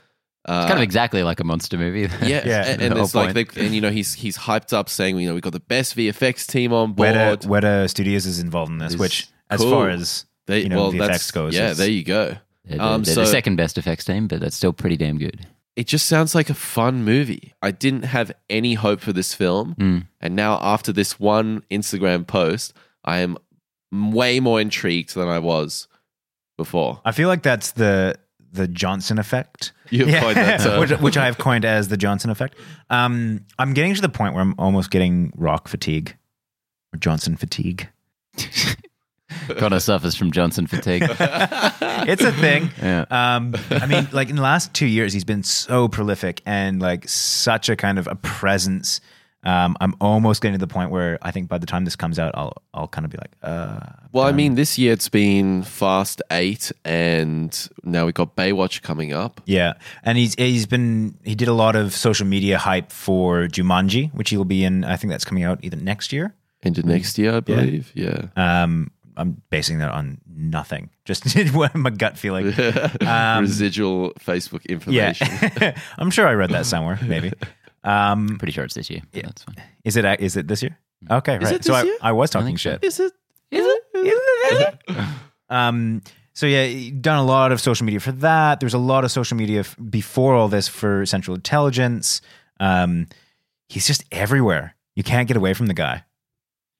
[SPEAKER 1] Uh,
[SPEAKER 3] kind of exactly like a monster movie.
[SPEAKER 1] yeah,
[SPEAKER 2] <laughs> Yeah,
[SPEAKER 1] and,
[SPEAKER 2] the
[SPEAKER 1] and
[SPEAKER 2] whole
[SPEAKER 1] it's like, they,
[SPEAKER 2] point.
[SPEAKER 1] and you know, he's he's hyped up saying, you know, we've got the best VFX team on board.
[SPEAKER 2] Weta, Weta Studios is involved in this,
[SPEAKER 1] Is
[SPEAKER 2] which, as
[SPEAKER 1] cool.
[SPEAKER 2] far as
[SPEAKER 1] They,
[SPEAKER 2] you know,
[SPEAKER 1] well,
[SPEAKER 2] the
[SPEAKER 1] that's
[SPEAKER 2] effects goes,
[SPEAKER 1] yeah.
[SPEAKER 2] it's-
[SPEAKER 1] There you go.
[SPEAKER 3] <laughs> They're, the-
[SPEAKER 1] Um,
[SPEAKER 3] they're the
[SPEAKER 1] so-
[SPEAKER 3] second best effects team, but that's still pretty damn good.
[SPEAKER 1] It just sounds like a fun movie. I didn't have any hope for this film, <laughs>
[SPEAKER 3] Mm.
[SPEAKER 1] and now after this one Instagram post, I am way more intrigued than I was before. <laughs>
[SPEAKER 2] I feel like that's the the Johnson effect.
[SPEAKER 1] You find that uh,
[SPEAKER 2] <laughs>
[SPEAKER 1] term. <laughs>
[SPEAKER 2] which, which I have coined as the Johnson effect. Um, I'm getting to the point where I'm almost getting rock fatigue or Johnson fatigue.
[SPEAKER 3] Connor suffers from
[SPEAKER 1] <laughs>
[SPEAKER 3] Johnson fatigue.
[SPEAKER 2] It's a thing.
[SPEAKER 3] Yeah.
[SPEAKER 2] Um, I mean, like in the last two years, he's been so prolific and like such a kind of a presence. Um, I'm almost getting to the point where I think by the time this comes out, I'll I'll kind of be like, uh,
[SPEAKER 1] Well, I mean, this year it's been Fast Eight, and now we've got Baywatch coming up.
[SPEAKER 2] yeah. And he's he's been he did a lot of social media hype for Jumanji, which he'll be in. I think that's coming out either next year.
[SPEAKER 1] Into next year, I believe. Yeah.
[SPEAKER 2] Um, I'm basing that on nothing, <laughs> just what my gut feeling.
[SPEAKER 3] Um,
[SPEAKER 1] Residual Facebook
[SPEAKER 2] Yeah, <laughs>
[SPEAKER 1] information.
[SPEAKER 2] I'm sure I read that somewhere.
[SPEAKER 1] <laughs>
[SPEAKER 2] Maybe. Um,
[SPEAKER 3] pretty sure it's this year. but That's fine.
[SPEAKER 2] is it? Is it this year? Okay, right.
[SPEAKER 1] it
[SPEAKER 2] so
[SPEAKER 1] this
[SPEAKER 2] I,
[SPEAKER 1] year?
[SPEAKER 2] I was
[SPEAKER 3] I
[SPEAKER 2] talking
[SPEAKER 3] think so.
[SPEAKER 2] shit.
[SPEAKER 1] Is it?
[SPEAKER 3] Is it?
[SPEAKER 2] Um, so yeah, he done a lot of social media for that. There's a lot of social media f- before all this for Central Intelligence. Um, he's just everywhere. You can't get away from the guy.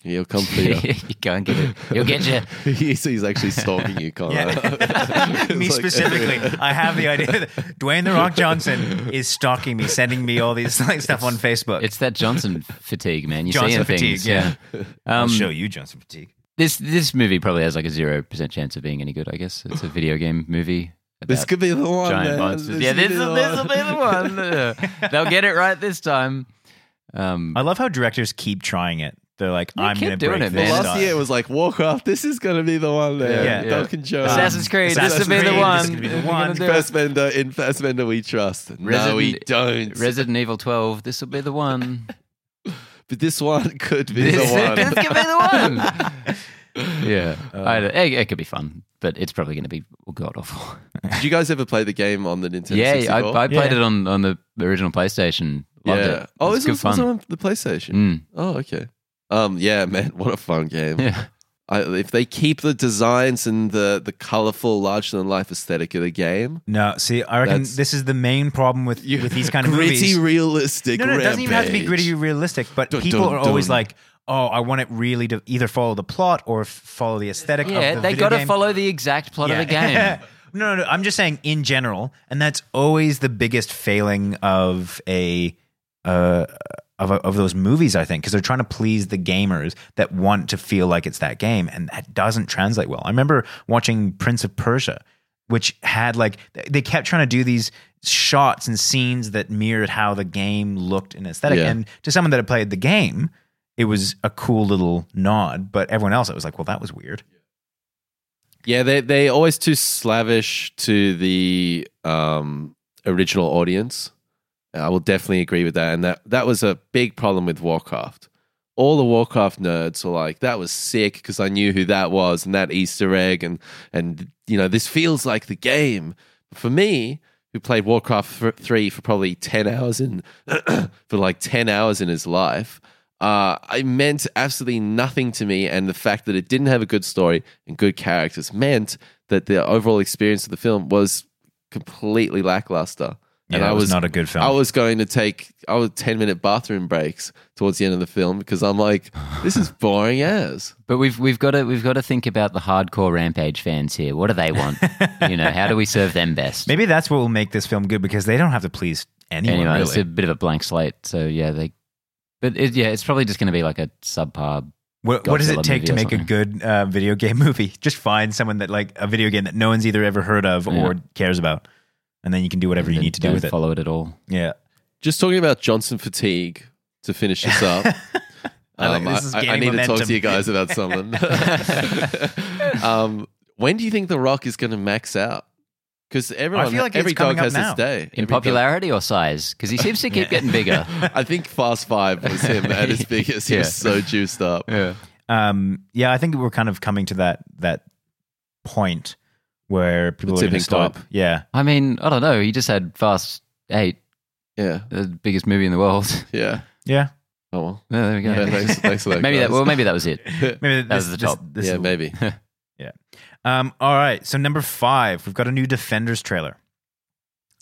[SPEAKER 1] He'll come for
[SPEAKER 3] <laughs>
[SPEAKER 1] you.
[SPEAKER 3] you can't get it. You'll get you.
[SPEAKER 1] he's, he's actually stalking you, Connor. Uh, <laughs> It's
[SPEAKER 2] <laughs> me
[SPEAKER 1] like-
[SPEAKER 2] specifically. I have the idea that Dwayne the Rock Johnson is stalking me, sending me all these like stuff on Facebook.
[SPEAKER 3] It's that Johnson fatigue, man. You
[SPEAKER 2] Johnson
[SPEAKER 3] see in
[SPEAKER 2] fatigue,
[SPEAKER 3] things.
[SPEAKER 2] yeah.
[SPEAKER 3] Um,
[SPEAKER 2] you Johnson fatigue.
[SPEAKER 3] This this movie probably has like a zero percent chance of being any good. I guess it's a video game movie.
[SPEAKER 1] This
[SPEAKER 3] about
[SPEAKER 1] could be the one.
[SPEAKER 3] giant
[SPEAKER 1] man.
[SPEAKER 3] monsters. yeah,
[SPEAKER 1] could
[SPEAKER 3] this
[SPEAKER 1] be the
[SPEAKER 3] will this will
[SPEAKER 1] one.
[SPEAKER 3] be the one. Yeah. They'll get it right this time. Um,
[SPEAKER 2] I love how directors keep trying it. They're like, I'm
[SPEAKER 3] keep
[SPEAKER 2] going to
[SPEAKER 3] doing
[SPEAKER 2] break
[SPEAKER 3] it,
[SPEAKER 1] Well,
[SPEAKER 2] this.
[SPEAKER 1] <laughs> last
[SPEAKER 3] man.
[SPEAKER 2] style.
[SPEAKER 1] year it was like Warcraft. This is going to be the one. Man.
[SPEAKER 2] Yeah.
[SPEAKER 1] Yeah,
[SPEAKER 3] Yeah.
[SPEAKER 1] Duncan Jones.
[SPEAKER 3] Assassin's Creed.
[SPEAKER 2] um, Assassin's
[SPEAKER 3] this will be the
[SPEAKER 2] Creed,
[SPEAKER 3] one.
[SPEAKER 2] this is gonna be the
[SPEAKER 3] We're
[SPEAKER 2] one.
[SPEAKER 3] gonna do it.
[SPEAKER 1] Fassbender in Fassbender we trust. no,
[SPEAKER 3] Resident-
[SPEAKER 1] we don't.
[SPEAKER 3] Resident Evil 12. This will be the one.
[SPEAKER 1] but this one <laughs> could be
[SPEAKER 3] this,
[SPEAKER 1] the one.
[SPEAKER 3] this could be the
[SPEAKER 2] <laughs>
[SPEAKER 3] one. yeah, I don't- it, it could be fun, but it's probably going to be god awful.
[SPEAKER 1] Did you guys ever play the game on the Nintendo?
[SPEAKER 3] yeah, I,
[SPEAKER 1] 64?
[SPEAKER 3] I played
[SPEAKER 2] Yeah.
[SPEAKER 3] it on, on the original PlayStation. Loved
[SPEAKER 1] yeah.
[SPEAKER 3] it.
[SPEAKER 1] Oh,
[SPEAKER 3] It's
[SPEAKER 1] it's
[SPEAKER 3] good
[SPEAKER 1] also
[SPEAKER 3] fun.
[SPEAKER 1] on the PlayStation.
[SPEAKER 2] <laughs>
[SPEAKER 3] Mm.
[SPEAKER 1] Oh, okay. Um, yeah, man, <laughs> what a fun game.
[SPEAKER 3] Yeah.
[SPEAKER 1] I, if they keep the designs and the the colorful, larger than life aesthetic of the game,
[SPEAKER 2] No, see, I reckon
[SPEAKER 1] That's-
[SPEAKER 2] this is the main problem with, with these kind of
[SPEAKER 1] gritty,
[SPEAKER 2] movies.
[SPEAKER 1] realistic.
[SPEAKER 2] No, no, it doesn't even have to be
[SPEAKER 1] Rampage.
[SPEAKER 2] gritty realistic, but
[SPEAKER 1] Dun,
[SPEAKER 2] people
[SPEAKER 1] dun,
[SPEAKER 2] are always
[SPEAKER 1] dun.
[SPEAKER 2] like, oh, I want it really to either follow the plot or f- follow the aesthetic
[SPEAKER 3] Yeah,
[SPEAKER 2] of the
[SPEAKER 3] they
[SPEAKER 2] video
[SPEAKER 3] got to
[SPEAKER 2] game.
[SPEAKER 3] follow the exact plot of the
[SPEAKER 2] Yeah.
[SPEAKER 3] game.
[SPEAKER 2] <laughs> no, no, no, I'm just saying in general, and that's always the biggest failing of a uh, of of those movies. I think because they're trying to please the gamers that want to feel like it's that game, and that doesn't translate well. I remember watching Prince of Persia, which had like they- they kept trying to do these shots and scenes that mirrored how the game looked in aesthetic,
[SPEAKER 1] Yeah.
[SPEAKER 2] and to someone that had played the game. It was a cool little nod, but everyone else, it was like, well, that was weird.
[SPEAKER 1] Yeah, they they always too slavish to the um, original audience. I will definitely agree with that, and that that was a big problem with Warcraft. All the Warcraft nerds were like, "That was sick," because I knew who that was and that Easter egg, and and you know this feels like the game. For me, who played <clears throat> Warcraft th- three for probably ten hours in for like ten hours in his life, Uh, it meant absolutely nothing to me, and the fact that it didn't have a good story and good characters meant that the overall experience of the film was completely lackluster.
[SPEAKER 2] Yeah,
[SPEAKER 1] and
[SPEAKER 2] it
[SPEAKER 1] I
[SPEAKER 2] was,
[SPEAKER 1] was
[SPEAKER 2] not a good <laughs> film.
[SPEAKER 1] I was going to take I was ten minute bathroom breaks towards the end of the film because I'm like, this
[SPEAKER 2] <laughs>
[SPEAKER 1] is boring as.
[SPEAKER 3] <laughs> But we've we've got to we've got to think about the hardcore Rampage fans here. What do they want? you know, how do we serve them
[SPEAKER 2] <laughs>
[SPEAKER 3] best?
[SPEAKER 2] Maybe that's what will make this film good because they don't have to please anyone.
[SPEAKER 3] anyway,
[SPEAKER 2] really.
[SPEAKER 3] it's a bit of a blank slate. So yeah, they. But it, yeah, it's probably just going to be like a subpar.
[SPEAKER 2] What, what does
[SPEAKER 3] Godzilla
[SPEAKER 2] it take to
[SPEAKER 3] movie or
[SPEAKER 2] make a
[SPEAKER 3] something.
[SPEAKER 2] good uh, video game <laughs> movie? Just find someone that like a video game that no one's either ever heard of or cares about, and then you can do whatever you
[SPEAKER 3] that
[SPEAKER 2] need to do
[SPEAKER 3] don't
[SPEAKER 2] with it.
[SPEAKER 3] Follow it at all.
[SPEAKER 2] Yeah,
[SPEAKER 1] Just talking about Johnson fatigue to finish this up.
[SPEAKER 2] <laughs>
[SPEAKER 1] Um,
[SPEAKER 2] I like- this is gaining
[SPEAKER 1] need to talk
[SPEAKER 2] momentum.
[SPEAKER 1] to you guys about
[SPEAKER 2] <laughs>
[SPEAKER 1] something. <laughs> um, when do you think The Rock is going to max out? Because everyone,
[SPEAKER 2] feel like it's
[SPEAKER 1] every dog
[SPEAKER 2] coming up
[SPEAKER 1] has
[SPEAKER 2] now.
[SPEAKER 1] its day. Every
[SPEAKER 3] In
[SPEAKER 1] dog-
[SPEAKER 3] popularity or size, because he seems to <laughs> keep getting bigger.
[SPEAKER 1] I think Fast Five was him
[SPEAKER 2] <laughs>
[SPEAKER 1] at his biggest. He
[SPEAKER 3] Yeah.
[SPEAKER 1] was so juiced up.
[SPEAKER 3] Yeah.
[SPEAKER 2] um, yeah. I think we're kind of coming to that that point where people
[SPEAKER 1] The
[SPEAKER 2] are going to
[SPEAKER 1] tipping point.
[SPEAKER 2] stop. Yeah,
[SPEAKER 3] I mean, I don't know. He just had Fast Eight,
[SPEAKER 1] Yeah,
[SPEAKER 3] the biggest movie in the world. <laughs>
[SPEAKER 1] yeah.
[SPEAKER 2] yeah.
[SPEAKER 1] Oh well.
[SPEAKER 3] Yeah, there we go.
[SPEAKER 1] Yeah, thanks, thanks for
[SPEAKER 2] <laughs>
[SPEAKER 1] that.
[SPEAKER 3] <laughs> maybe
[SPEAKER 1] guys. <laughs>
[SPEAKER 3] that. Well, maybe that was it.
[SPEAKER 2] Maybe this,
[SPEAKER 3] That was the
[SPEAKER 2] this-
[SPEAKER 3] top.
[SPEAKER 2] this
[SPEAKER 1] yeah,
[SPEAKER 2] is-
[SPEAKER 1] maybe.
[SPEAKER 2] Um, all right. So number five, we've got a new Defenders trailer.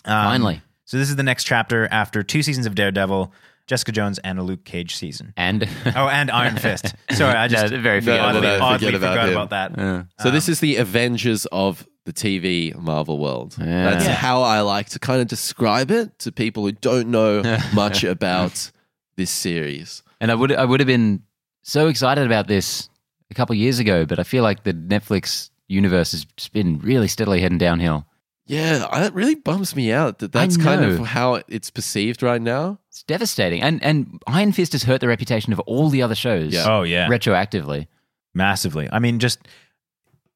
[SPEAKER 2] Um,
[SPEAKER 3] Finally,
[SPEAKER 2] So this is the next chapter after two seasons of Daredevil, Jessica Jones, and a Luke Cage season.
[SPEAKER 3] and
[SPEAKER 2] Oh, and
[SPEAKER 1] <laughs>
[SPEAKER 2] Iron Fist. Sorry, I just
[SPEAKER 3] No, very
[SPEAKER 1] No,
[SPEAKER 3] forgettable.
[SPEAKER 2] oddly,
[SPEAKER 1] no, no,
[SPEAKER 2] oddly
[SPEAKER 1] forget about
[SPEAKER 2] forgot
[SPEAKER 1] him.
[SPEAKER 2] about that.
[SPEAKER 3] <laughs> Yeah.
[SPEAKER 1] So this is the Avengers of the TV Marvel world.
[SPEAKER 3] Yeah.
[SPEAKER 1] That's
[SPEAKER 2] Yeah.
[SPEAKER 1] how I like to kind of describe it to people who don't
[SPEAKER 3] <laughs>
[SPEAKER 1] know much about this series.
[SPEAKER 3] And I would I would have been so excited about this a couple years ago, but I feel like the Netflix universe has just been really steadily heading downhill.
[SPEAKER 1] Yeah, I- it really bums me out that
[SPEAKER 3] I
[SPEAKER 1] that's kind of
[SPEAKER 3] know.
[SPEAKER 1] how it's perceived right now.
[SPEAKER 3] It's devastating. And and Iron Fist has hurt the reputation of all the other shows
[SPEAKER 1] Yeah.
[SPEAKER 2] Oh yeah,
[SPEAKER 3] retroactively.
[SPEAKER 2] massively. I mean, just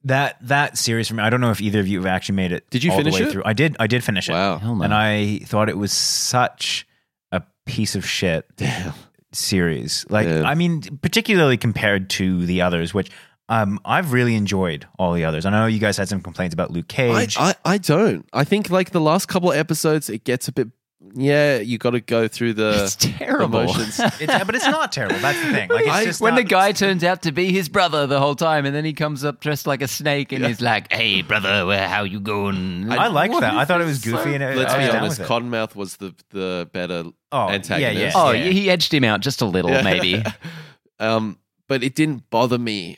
[SPEAKER 2] that that series for me. I don't know if either of you have actually made it.
[SPEAKER 1] Did you
[SPEAKER 2] all the
[SPEAKER 1] finish
[SPEAKER 2] way
[SPEAKER 1] it?
[SPEAKER 2] Through. I did. I did finish it.
[SPEAKER 1] Wow.
[SPEAKER 3] Hell no.
[SPEAKER 2] And I thought it was such a piece of shit
[SPEAKER 1] Damn.
[SPEAKER 2] series. Like,
[SPEAKER 1] Yeah.
[SPEAKER 2] I mean, particularly compared to the others, which um, I've really enjoyed all the others. I know you guys had some complaints about Luke
[SPEAKER 1] I,
[SPEAKER 2] Cage.
[SPEAKER 1] I, I don't. I think like the last couple of episodes, it gets a bit. Yeah, you got to go through
[SPEAKER 3] <laughs> it's
[SPEAKER 1] the
[SPEAKER 3] terrible. <laughs>
[SPEAKER 1] emotions.
[SPEAKER 2] it's, but it's not terrible. That's the thing. Like, it's
[SPEAKER 1] I-
[SPEAKER 2] just
[SPEAKER 3] when
[SPEAKER 2] not-
[SPEAKER 3] the
[SPEAKER 2] <laughs>
[SPEAKER 3] guy turns out to be his brother the whole time, and then he comes up dressed like a snake, and he's like, "Hey, brother, where how you going?"
[SPEAKER 2] I liked that. I thought it was
[SPEAKER 3] So-
[SPEAKER 2] goofy. and it,
[SPEAKER 1] Let's
[SPEAKER 2] I was
[SPEAKER 1] be
[SPEAKER 2] down
[SPEAKER 1] honest,
[SPEAKER 2] with it.
[SPEAKER 1] Cottonmouth was the the better
[SPEAKER 2] Oh,
[SPEAKER 1] antagonist.
[SPEAKER 2] Yeah, yeah,
[SPEAKER 3] Oh,
[SPEAKER 2] yeah.
[SPEAKER 3] he edged him out just a little,
[SPEAKER 1] Yeah.
[SPEAKER 2] <laughs>
[SPEAKER 3] maybe. <laughs>
[SPEAKER 1] <laughs> Um, but it didn't bother me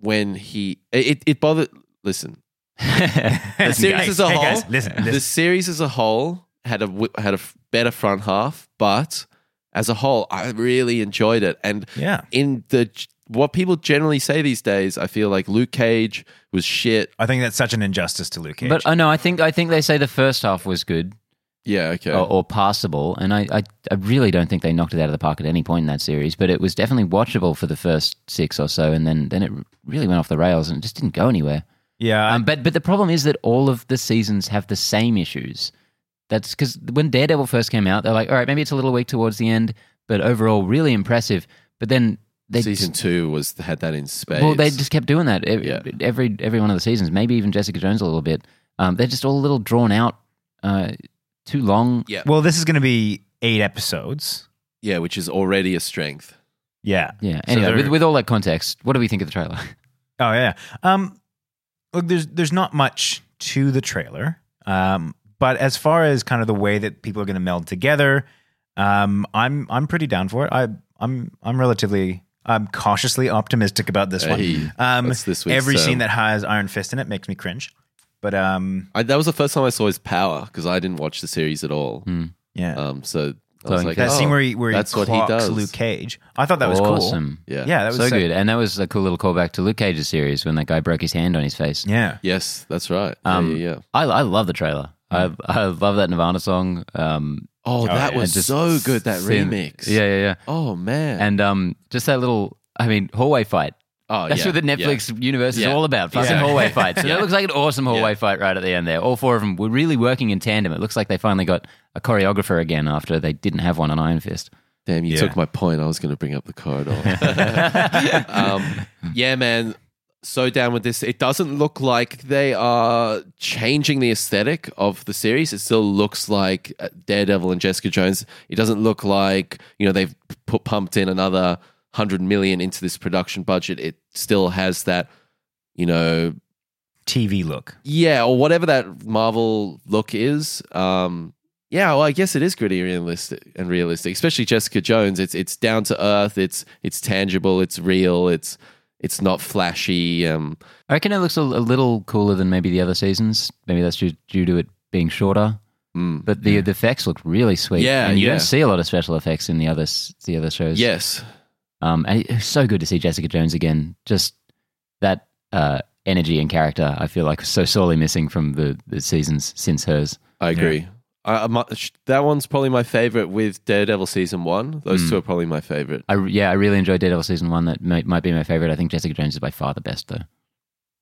[SPEAKER 1] when he it it bothered. Listen,
[SPEAKER 2] Listen,
[SPEAKER 1] series as
[SPEAKER 2] guys.
[SPEAKER 1] a
[SPEAKER 2] <laughs> Hey,
[SPEAKER 1] whole-
[SPEAKER 2] guys, listen, listen.
[SPEAKER 1] the series as a whole had a w- had a f- better front half, but as a whole, I really enjoyed it. And
[SPEAKER 2] yeah.
[SPEAKER 1] in the what people generally say these days, I feel like Luke Cage was shit.
[SPEAKER 2] I think that's such an injustice to Luke Cage.
[SPEAKER 3] But I know I think I think they say the first half was good
[SPEAKER 1] Yeah, okay.
[SPEAKER 3] or, or passable, and I, I I really don't think they knocked it out of the park at any point in that series. But it was definitely watchable for the first six or so, and then then it really went off the rails and it just didn't go anywhere.
[SPEAKER 2] yeah,
[SPEAKER 3] Um, but but the problem is that all of the seasons have the same issues. That's because when Daredevil first came out, they're like, all right, maybe it's a little weak towards the end, but overall really impressive. But then they
[SPEAKER 1] Season two was had that in space.
[SPEAKER 3] well, they just kept doing that every,
[SPEAKER 1] Yeah.
[SPEAKER 3] every every one of the seasons. Maybe even Jessica Jones a little bit. Um, they're just all a little drawn out, uh, too long.
[SPEAKER 1] yeah,
[SPEAKER 2] well, this is going to be eight episodes.
[SPEAKER 1] yeah, which is already a strength.
[SPEAKER 2] Yeah.
[SPEAKER 3] Yeah.
[SPEAKER 2] So
[SPEAKER 3] Anyway,
[SPEAKER 2] they're-
[SPEAKER 3] with, with all that context, what do we think of the trailer?
[SPEAKER 2] Oh yeah. Um, look, there's there's not much to the trailer. Um, but as far as kind of the way that people are going to meld together, um, I'm I'm pretty down for it. I I'm I'm relatively I'm cautiously optimistic about this
[SPEAKER 1] Hey,
[SPEAKER 2] one. Um,
[SPEAKER 1] that's this week's uh,
[SPEAKER 2] every
[SPEAKER 1] term.
[SPEAKER 2] scene that has Iron Fist in it makes me cringe. But um,
[SPEAKER 1] I, that was the first time I saw his power because I didn't watch the series at all.
[SPEAKER 2] yeah,
[SPEAKER 1] Um, so I was
[SPEAKER 3] Glowing
[SPEAKER 1] like,
[SPEAKER 2] that
[SPEAKER 1] oh,
[SPEAKER 2] scene where he where
[SPEAKER 1] that's
[SPEAKER 2] he
[SPEAKER 1] what he
[SPEAKER 2] clocks
[SPEAKER 1] does.
[SPEAKER 2] Luke Cage. I thought that was
[SPEAKER 3] awesome.
[SPEAKER 1] yeah,
[SPEAKER 2] cool. Yeah, that was
[SPEAKER 3] So
[SPEAKER 2] sick.
[SPEAKER 3] good. And that was a cool little callback to Luke Cage's series when that guy broke his hand on his
[SPEAKER 1] <laughs>
[SPEAKER 3] face.
[SPEAKER 2] Yeah.
[SPEAKER 1] Yes, that's right.
[SPEAKER 3] Um,
[SPEAKER 1] yeah, yeah, yeah.
[SPEAKER 3] I, I love the trailer. I, I love that Nirvana song. Um,
[SPEAKER 1] Oh, that
[SPEAKER 2] yeah.
[SPEAKER 1] was
[SPEAKER 3] and just
[SPEAKER 1] so good. That
[SPEAKER 3] seeing-
[SPEAKER 1] remix.
[SPEAKER 3] Yeah, yeah, yeah.
[SPEAKER 1] Oh man.
[SPEAKER 3] And um, just that little, I mean, hallway fight.
[SPEAKER 1] oh,
[SPEAKER 3] That's
[SPEAKER 1] yeah,
[SPEAKER 3] what the Netflix universe is
[SPEAKER 1] Yeah.
[SPEAKER 3] all about. Fucking
[SPEAKER 1] Yeah. <laughs>
[SPEAKER 3] hallway fights. So
[SPEAKER 1] Yeah.
[SPEAKER 3] that looks like an awesome hallway
[SPEAKER 1] Yeah.
[SPEAKER 3] fight right at the end there. All four of them were really working in tandem. It looks like they finally got a choreographer again after they didn't have one on Iron Fist.
[SPEAKER 1] Yeah. Damn, you
[SPEAKER 2] Yeah.
[SPEAKER 1] took my point. I was going to bring up the
[SPEAKER 3] <laughs>
[SPEAKER 1] corridor. <laughs> um, yeah, man. So down with this. It doesn't look like they are changing the aesthetic of the uh, series. It still looks like Daredevil and Jessica Jones. It doesn't look like you know they've put pumped in another hundred million into this production budget, it still has that, you know,
[SPEAKER 2] TV look.
[SPEAKER 1] yeah, or whatever that Marvel look is. Um, yeah, well, I guess it is gritty and realistic, and realistic, especially Jessica Jones. It's it's down to earth. It's it's tangible. It's real. It's it's not flashy. Um,
[SPEAKER 3] I reckon it looks a, a little cooler than maybe the other seasons. Maybe that's due, due to it being shorter.
[SPEAKER 1] mm.
[SPEAKER 3] But the, the effects look really sweet.
[SPEAKER 1] Yeah,
[SPEAKER 3] and you
[SPEAKER 1] yeah.
[SPEAKER 3] don't see a lot of special effects in the other s- the other shows.
[SPEAKER 1] Yes,
[SPEAKER 3] Um, and it's so good to see Jessica Jones again. Just that uh, energy and character, I feel like, was so sorely missing from the, the seasons since hers.
[SPEAKER 1] I agree. I, I mu- sh that one's probably my favorite with Daredevil season one. Those
[SPEAKER 3] Mm.
[SPEAKER 1] two are probably my favorite.
[SPEAKER 3] I re- yeah, I really enjoyed Daredevil season one. That might, might be my favorite. I think Jessica Jones is by far the best though.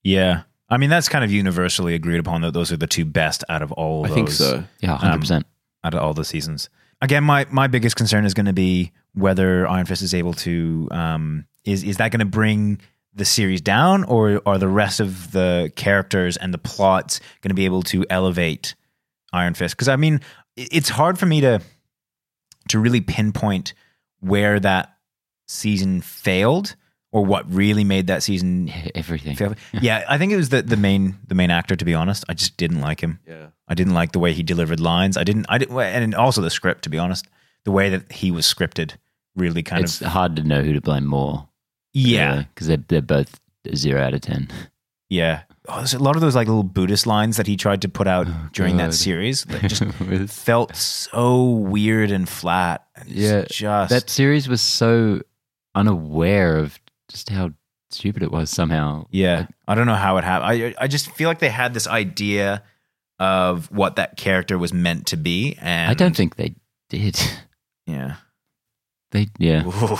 [SPEAKER 2] Yeah. I mean, that's kind of universally agreed upon that those are the two best out of all
[SPEAKER 1] I
[SPEAKER 2] those,
[SPEAKER 1] think so.
[SPEAKER 2] Um,
[SPEAKER 3] Yeah, hundred percent.
[SPEAKER 2] out of all the seasons. Again, my, my biggest concern is going to be whether Iron Fist is able to, um, is, is that going to bring the series down or are the rest of the characters and the plots going to be able to elevate Iron Fist? Because I mean, i- it's hard for me to, to really pinpoint where that season failed or what really made that season
[SPEAKER 3] Everything.
[SPEAKER 2] Fail- yeah, I think it was the, the main the main actor. To be honest, I just didn't like him.
[SPEAKER 1] Yeah.
[SPEAKER 2] I didn't like the way he delivered lines. I didn't. I didn't. And also the script. To be honest, the way that he was scripted really kind
[SPEAKER 3] it's
[SPEAKER 2] of
[SPEAKER 3] hard to know who to blame more.
[SPEAKER 2] yeah
[SPEAKER 3] because they're they're both zero out of ten.
[SPEAKER 2] yeah. Oh, there's a lot of those like little Buddhist lines that he tried to put out
[SPEAKER 3] Oh,
[SPEAKER 2] during that
[SPEAKER 3] God.
[SPEAKER 2] series that
[SPEAKER 3] <laughs>
[SPEAKER 2] just
[SPEAKER 3] With-
[SPEAKER 2] felt so weird and flat. And
[SPEAKER 3] Yeah,
[SPEAKER 2] just
[SPEAKER 3] that series was so unaware of just how stupid it was somehow.
[SPEAKER 2] Yeah, I don't know how it happened. I I just feel like they had this idea of what that character was meant to be, and
[SPEAKER 3] I don't think they did. <laughs>
[SPEAKER 2] yeah.
[SPEAKER 3] They yeah.
[SPEAKER 2] Ooh,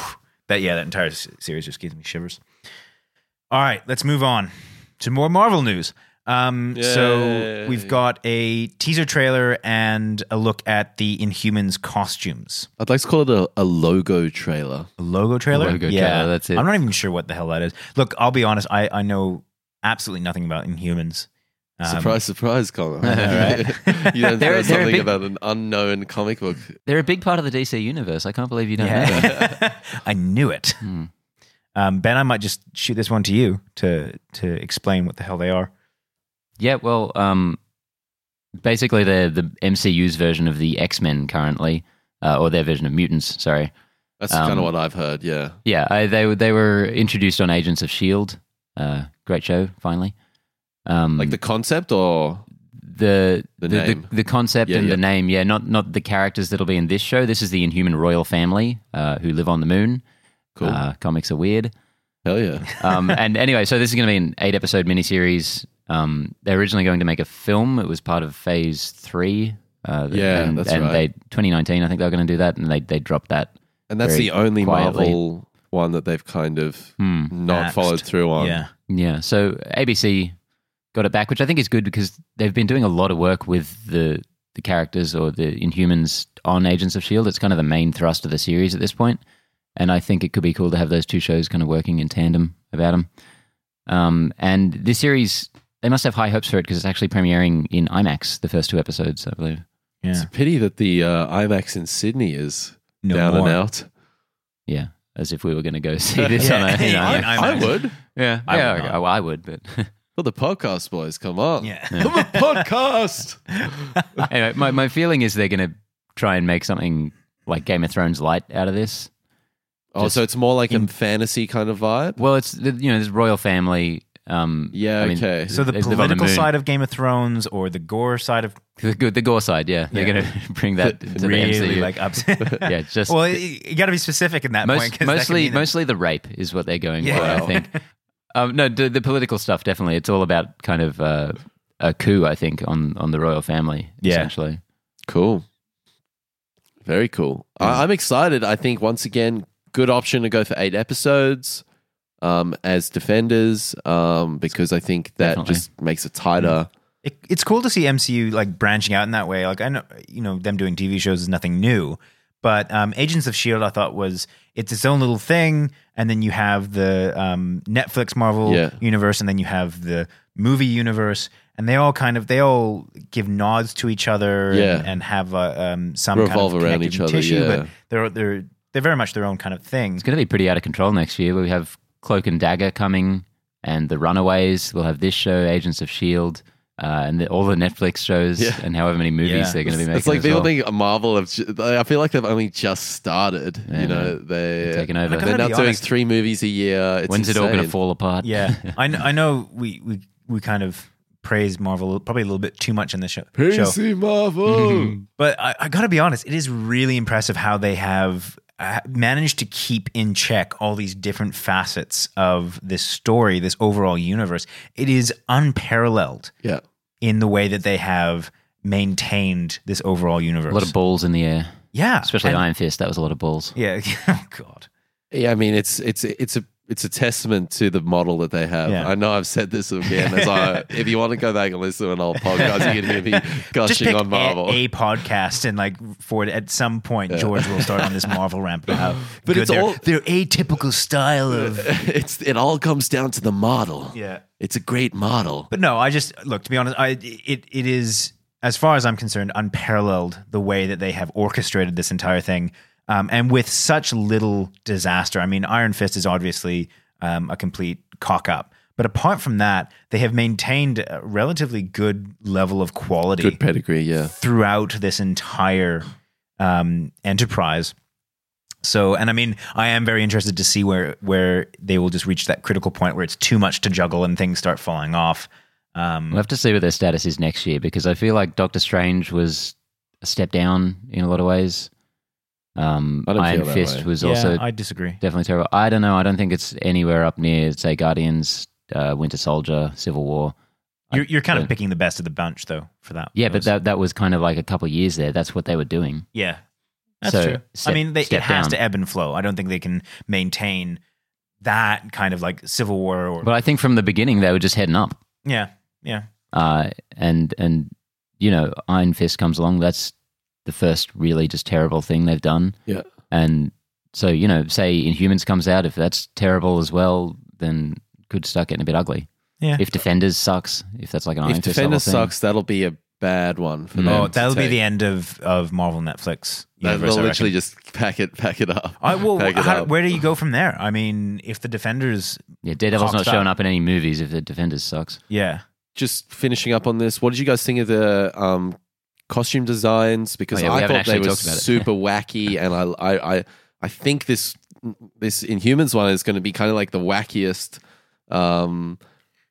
[SPEAKER 2] that yeah, that entire s- series just gives me shivers. All right, let's move on to more Marvel news. Um, so
[SPEAKER 1] Yay.
[SPEAKER 2] we've got a teaser trailer and a look at the Inhumans costumes.
[SPEAKER 1] I'd like to call it a, a logo trailer.
[SPEAKER 2] A logo trailer.
[SPEAKER 3] Logo trailer, that's it.
[SPEAKER 2] I'm not even sure what the hell that is. Look, I'll be honest. I I know absolutely nothing about Inhumans.
[SPEAKER 1] <laughs>
[SPEAKER 2] Um,
[SPEAKER 1] surprise, surprise,
[SPEAKER 2] <laughs>
[SPEAKER 1] Connor.
[SPEAKER 2] right?
[SPEAKER 1] <laughs> you don't
[SPEAKER 2] <laughs>
[SPEAKER 3] They're-
[SPEAKER 1] know
[SPEAKER 3] they're a
[SPEAKER 1] something
[SPEAKER 3] big-
[SPEAKER 1] about an unknown comic book.
[SPEAKER 3] They're a big part of the DC universe. I can't believe you don't know that.
[SPEAKER 2] Yeah. <laughs> I knew it.
[SPEAKER 3] Hmm.
[SPEAKER 2] Um, ben, I might just shoot this one to you to to explain what the hell they are.
[SPEAKER 3] Yeah, well, um, basically they're the MCU's version of the X Men currently, uh, or their version of mutants. Sorry.
[SPEAKER 1] That's
[SPEAKER 3] Um,
[SPEAKER 1] kind of what I've heard. Yeah.
[SPEAKER 3] Yeah, I, they were- they were introduced on Agents of Shield. Uh, great show, finally. Um,
[SPEAKER 1] Like the concept or
[SPEAKER 3] the
[SPEAKER 1] The
[SPEAKER 3] the, the,
[SPEAKER 1] name.
[SPEAKER 3] the concept
[SPEAKER 1] Yeah,
[SPEAKER 3] and
[SPEAKER 1] yeah.
[SPEAKER 3] the name. Yeah, not not the characters that'll be in this show. This is the Inhuman royal family uh, who live on the moon.
[SPEAKER 1] cool.
[SPEAKER 3] Uh, comics are weird.
[SPEAKER 1] Hell
[SPEAKER 3] <laughs>
[SPEAKER 1] yeah. <laughs>
[SPEAKER 3] Um, and anyway, so this is going to be an eight episode miniseries. Um, they're originally going to make a film. It was part of phase three. Uh, the-
[SPEAKER 1] Yeah,
[SPEAKER 3] and,
[SPEAKER 1] that's
[SPEAKER 3] and
[SPEAKER 1] right.
[SPEAKER 3] They 2019, I think they were going to do that, and they they dropped that.
[SPEAKER 1] And that's
[SPEAKER 3] Very
[SPEAKER 1] the only
[SPEAKER 3] quietly.
[SPEAKER 1] Marvel one that they've kind of
[SPEAKER 3] Hmm.
[SPEAKER 1] not
[SPEAKER 2] Axed.
[SPEAKER 1] followed through on.
[SPEAKER 2] Yeah.
[SPEAKER 3] Yeah, so ABC got it back, which I think is good because they've been doing a lot of work with the the characters or the Inhumans on Agents of Shield. E It's kind of the main thrust of the series at this point, and I think it could be cool to have those two shows kind of working in tandem about them. Um, and this series, they must have high hopes for it because it's actually premiering in IMAX. The first two episodes, I believe.
[SPEAKER 2] Yeah.
[SPEAKER 1] It's a pity that the uh, IMAX in Sydney is
[SPEAKER 2] No
[SPEAKER 1] down
[SPEAKER 2] more.
[SPEAKER 1] and out.
[SPEAKER 3] Yeah, as if we were going to go <laughs> see this
[SPEAKER 2] Yeah.
[SPEAKER 3] on a, in
[SPEAKER 2] Yeah,
[SPEAKER 3] IMAX.
[SPEAKER 2] <laughs> I-
[SPEAKER 1] I would.
[SPEAKER 3] Yeah,
[SPEAKER 2] I
[SPEAKER 3] yeah,
[SPEAKER 2] would
[SPEAKER 3] okay.
[SPEAKER 2] not.
[SPEAKER 3] well, I would, but <laughs>
[SPEAKER 1] Well, the podcast boys, come on.
[SPEAKER 2] Yeah.
[SPEAKER 1] Come on,
[SPEAKER 3] <laughs>
[SPEAKER 1] podcast.
[SPEAKER 3] anyway, my, my feeling is they're going to try and make something like Game of Thrones light out of this.
[SPEAKER 1] oh, so it's more like a fantasy kind of vibe?
[SPEAKER 3] Well, it's the, you know this royal family. Um,
[SPEAKER 1] Yeah,
[SPEAKER 3] I mean,
[SPEAKER 1] okay.
[SPEAKER 2] <laughs> So the
[SPEAKER 3] They live on the
[SPEAKER 2] political
[SPEAKER 3] moon.
[SPEAKER 2] side of Game of Thrones or the gore side of
[SPEAKER 3] the good the gore side. Yeah, they're
[SPEAKER 2] Yeah.
[SPEAKER 3] going to <laughs> bring that to the
[SPEAKER 2] really
[SPEAKER 3] MCU.
[SPEAKER 2] like ups.
[SPEAKER 3] <laughs> yeah, just
[SPEAKER 2] <laughs> Well, you, got to be specific in that
[SPEAKER 3] most,
[SPEAKER 2] point. 'cause that
[SPEAKER 3] mostly
[SPEAKER 2] can mean-
[SPEAKER 3] mostly the rape is what they're going
[SPEAKER 2] Yeah.
[SPEAKER 3] for. I
[SPEAKER 2] Wow.
[SPEAKER 3] think. um, no, the, the political stuff definitely. It's all about kind of uh, a coup. I think on on the royal family.
[SPEAKER 2] Yeah.
[SPEAKER 3] essentially.
[SPEAKER 1] Cool. Very cool.
[SPEAKER 3] Hmm.
[SPEAKER 1] I- I'm excited. I think once again, good option to go for eight episodes um, as defenders um, because I think that
[SPEAKER 3] Definitely. Hmm.
[SPEAKER 1] just makes it tighter.
[SPEAKER 2] It, it's cool to see MCU like branching out in that way. Like I know, you know, them doing TV shows is nothing new, but um, Agents of Shield I thought was it's its own little thing, and then you have the um, Netflix Marvel
[SPEAKER 1] Yeah.
[SPEAKER 2] universe, and then you have the movie universe, and they all kind of they all give nods to each other,
[SPEAKER 1] Yeah.
[SPEAKER 2] and, and have uh, um, some
[SPEAKER 1] Revolve
[SPEAKER 2] kind of
[SPEAKER 1] around
[SPEAKER 2] connective
[SPEAKER 1] each other,
[SPEAKER 2] tissue,
[SPEAKER 1] yeah.
[SPEAKER 2] but they're they're they're very much their own kind of thing.
[SPEAKER 3] It's going to be pretty out of control next year. We have Cloak and Dagger coming, and The Runaways. We'll have this show, Agents of Shield, uh, and the, all the Netflix shows,
[SPEAKER 1] Yeah.
[SPEAKER 3] and however many movies
[SPEAKER 2] Yeah.
[SPEAKER 3] they're going to be making.
[SPEAKER 1] It's like
[SPEAKER 3] as
[SPEAKER 1] people
[SPEAKER 3] well.
[SPEAKER 1] think Marvel have. ju- I feel like they've only just started.
[SPEAKER 3] Yeah,
[SPEAKER 1] you know,
[SPEAKER 3] man.
[SPEAKER 1] they
[SPEAKER 3] taking over.
[SPEAKER 2] I
[SPEAKER 1] They're
[SPEAKER 2] gotta
[SPEAKER 1] now
[SPEAKER 2] be
[SPEAKER 1] doing
[SPEAKER 2] honest.
[SPEAKER 1] three movies a year. It's
[SPEAKER 3] When's it all going to
[SPEAKER 1] insane.
[SPEAKER 3] fall
[SPEAKER 1] <laughs>
[SPEAKER 3] apart?
[SPEAKER 2] Yeah, I, kn- I know we, we we kind of praise Marvel probably a little bit too much in this show. show.
[SPEAKER 1] PC
[SPEAKER 3] <laughs>
[SPEAKER 1] Marvel.
[SPEAKER 2] But I, I got to be honest, it is really impressive how they have uh, managed to keep in check all these different facets of this story, this overall universe. It is unparalleled
[SPEAKER 1] yeah.
[SPEAKER 2] in the way that they have maintained this overall universe.
[SPEAKER 3] <laughs> a lot of balls in the air,
[SPEAKER 2] yeah,
[SPEAKER 3] especially
[SPEAKER 2] and-
[SPEAKER 3] Iron Fist. That was a lot of balls.
[SPEAKER 1] Mm.
[SPEAKER 2] Yeah. <laughs> oh God.
[SPEAKER 1] Yeah, I mean it's it's it's a it's a testament to the model that they have.
[SPEAKER 2] Yeah.
[SPEAKER 1] I know I've said this again. As I,
[SPEAKER 2] <laughs>
[SPEAKER 1] if you want to go back and listen to an old podcast, you can hear me
[SPEAKER 2] Just pick
[SPEAKER 1] gushing on
[SPEAKER 2] a-
[SPEAKER 1] Marvel.
[SPEAKER 2] A, podcast and like for at some point George will start
[SPEAKER 1] <laughs>
[SPEAKER 2] on this Marvel ramp. about How
[SPEAKER 1] But
[SPEAKER 2] good
[SPEAKER 1] it's
[SPEAKER 2] their,
[SPEAKER 1] all-
[SPEAKER 2] their atypical style of
[SPEAKER 1] <laughs> it's it all comes down to the model.
[SPEAKER 2] yeah.
[SPEAKER 1] It's a great model.
[SPEAKER 2] But no, I just look to be honest. I it it is as far as I'm concerned unparalleled the way that they have orchestrated this entire thing, um, and with such little disaster. I mean, Iron Fist is obviously um, a complete cock up. But apart from that, they have maintained a relatively good level of quality
[SPEAKER 1] Good pedigree, yeah.
[SPEAKER 2] throughout this entire um, enterprise. So, and I mean, I am very interested to see where where they will just reach that critical point where it's too much to juggle and things start falling off.
[SPEAKER 3] We'll
[SPEAKER 2] Um,
[SPEAKER 3] have to see what their status is next year because I feel like Doctor Strange was a step down in a lot of ways. Um,
[SPEAKER 1] I don't
[SPEAKER 3] Iron
[SPEAKER 1] feel that
[SPEAKER 3] Fist
[SPEAKER 1] way.
[SPEAKER 3] was also
[SPEAKER 2] I disagree.
[SPEAKER 3] definitely terrible. I don't know. I don't think it's anywhere up near, say, Guardians, uh, Winter Soldier, Civil War.
[SPEAKER 2] You're, you're kind
[SPEAKER 3] Yeah.
[SPEAKER 2] of picking the best of the bunch, though, for that.
[SPEAKER 3] Yeah, but
[SPEAKER 2] those.
[SPEAKER 3] that that was kind of like a couple of years there. That's what they were doing.
[SPEAKER 2] yeah, that's
[SPEAKER 3] So,
[SPEAKER 2] true.
[SPEAKER 3] step-
[SPEAKER 2] I mean, they,
[SPEAKER 3] step
[SPEAKER 2] it has
[SPEAKER 3] down.
[SPEAKER 2] to ebb and flow. I don't think they can maintain that kind of like civil war or
[SPEAKER 3] But I think from the beginning they were just heading up.
[SPEAKER 2] yeah, yeah,
[SPEAKER 3] uh, and and you know Iron Fist comes along. That's the first really just terrible thing they've done.
[SPEAKER 1] Yeah.
[SPEAKER 3] and so you know, say Inhumans comes out, if that's terrible as well, then could start getting a bit ugly.
[SPEAKER 2] yeah.
[SPEAKER 3] If Defenders sucks, if that's like an Iron
[SPEAKER 1] If
[SPEAKER 3] Fist
[SPEAKER 1] Defender
[SPEAKER 3] level thing,
[SPEAKER 1] sucks, that'll be a bad one for
[SPEAKER 3] Mm.
[SPEAKER 1] them.
[SPEAKER 2] oh,
[SPEAKER 1] to
[SPEAKER 2] that'll be
[SPEAKER 1] take.
[SPEAKER 2] the end of of Marvel Netflix.
[SPEAKER 1] They'll
[SPEAKER 2] universe, I reckon.
[SPEAKER 1] literally just pack it pack it up.
[SPEAKER 2] I, well,
[SPEAKER 1] Pack it
[SPEAKER 2] how,
[SPEAKER 1] up.
[SPEAKER 2] where do you go from there? I mean, if the defenders,
[SPEAKER 3] yeah, Daredevil's not
[SPEAKER 2] Cocked up.
[SPEAKER 3] showing up in any movies. If the Defenders sucks,
[SPEAKER 2] yeah,
[SPEAKER 1] just finishing up on this, what did you guys think of the um, costume designs? Because
[SPEAKER 3] Oh, yeah, we
[SPEAKER 1] I
[SPEAKER 3] haven't
[SPEAKER 1] thought they
[SPEAKER 3] actually
[SPEAKER 1] were
[SPEAKER 3] talked about it.
[SPEAKER 1] super wacky, and I, I, I, I think this this Inhumans one is going to be kind of like the wackiest um,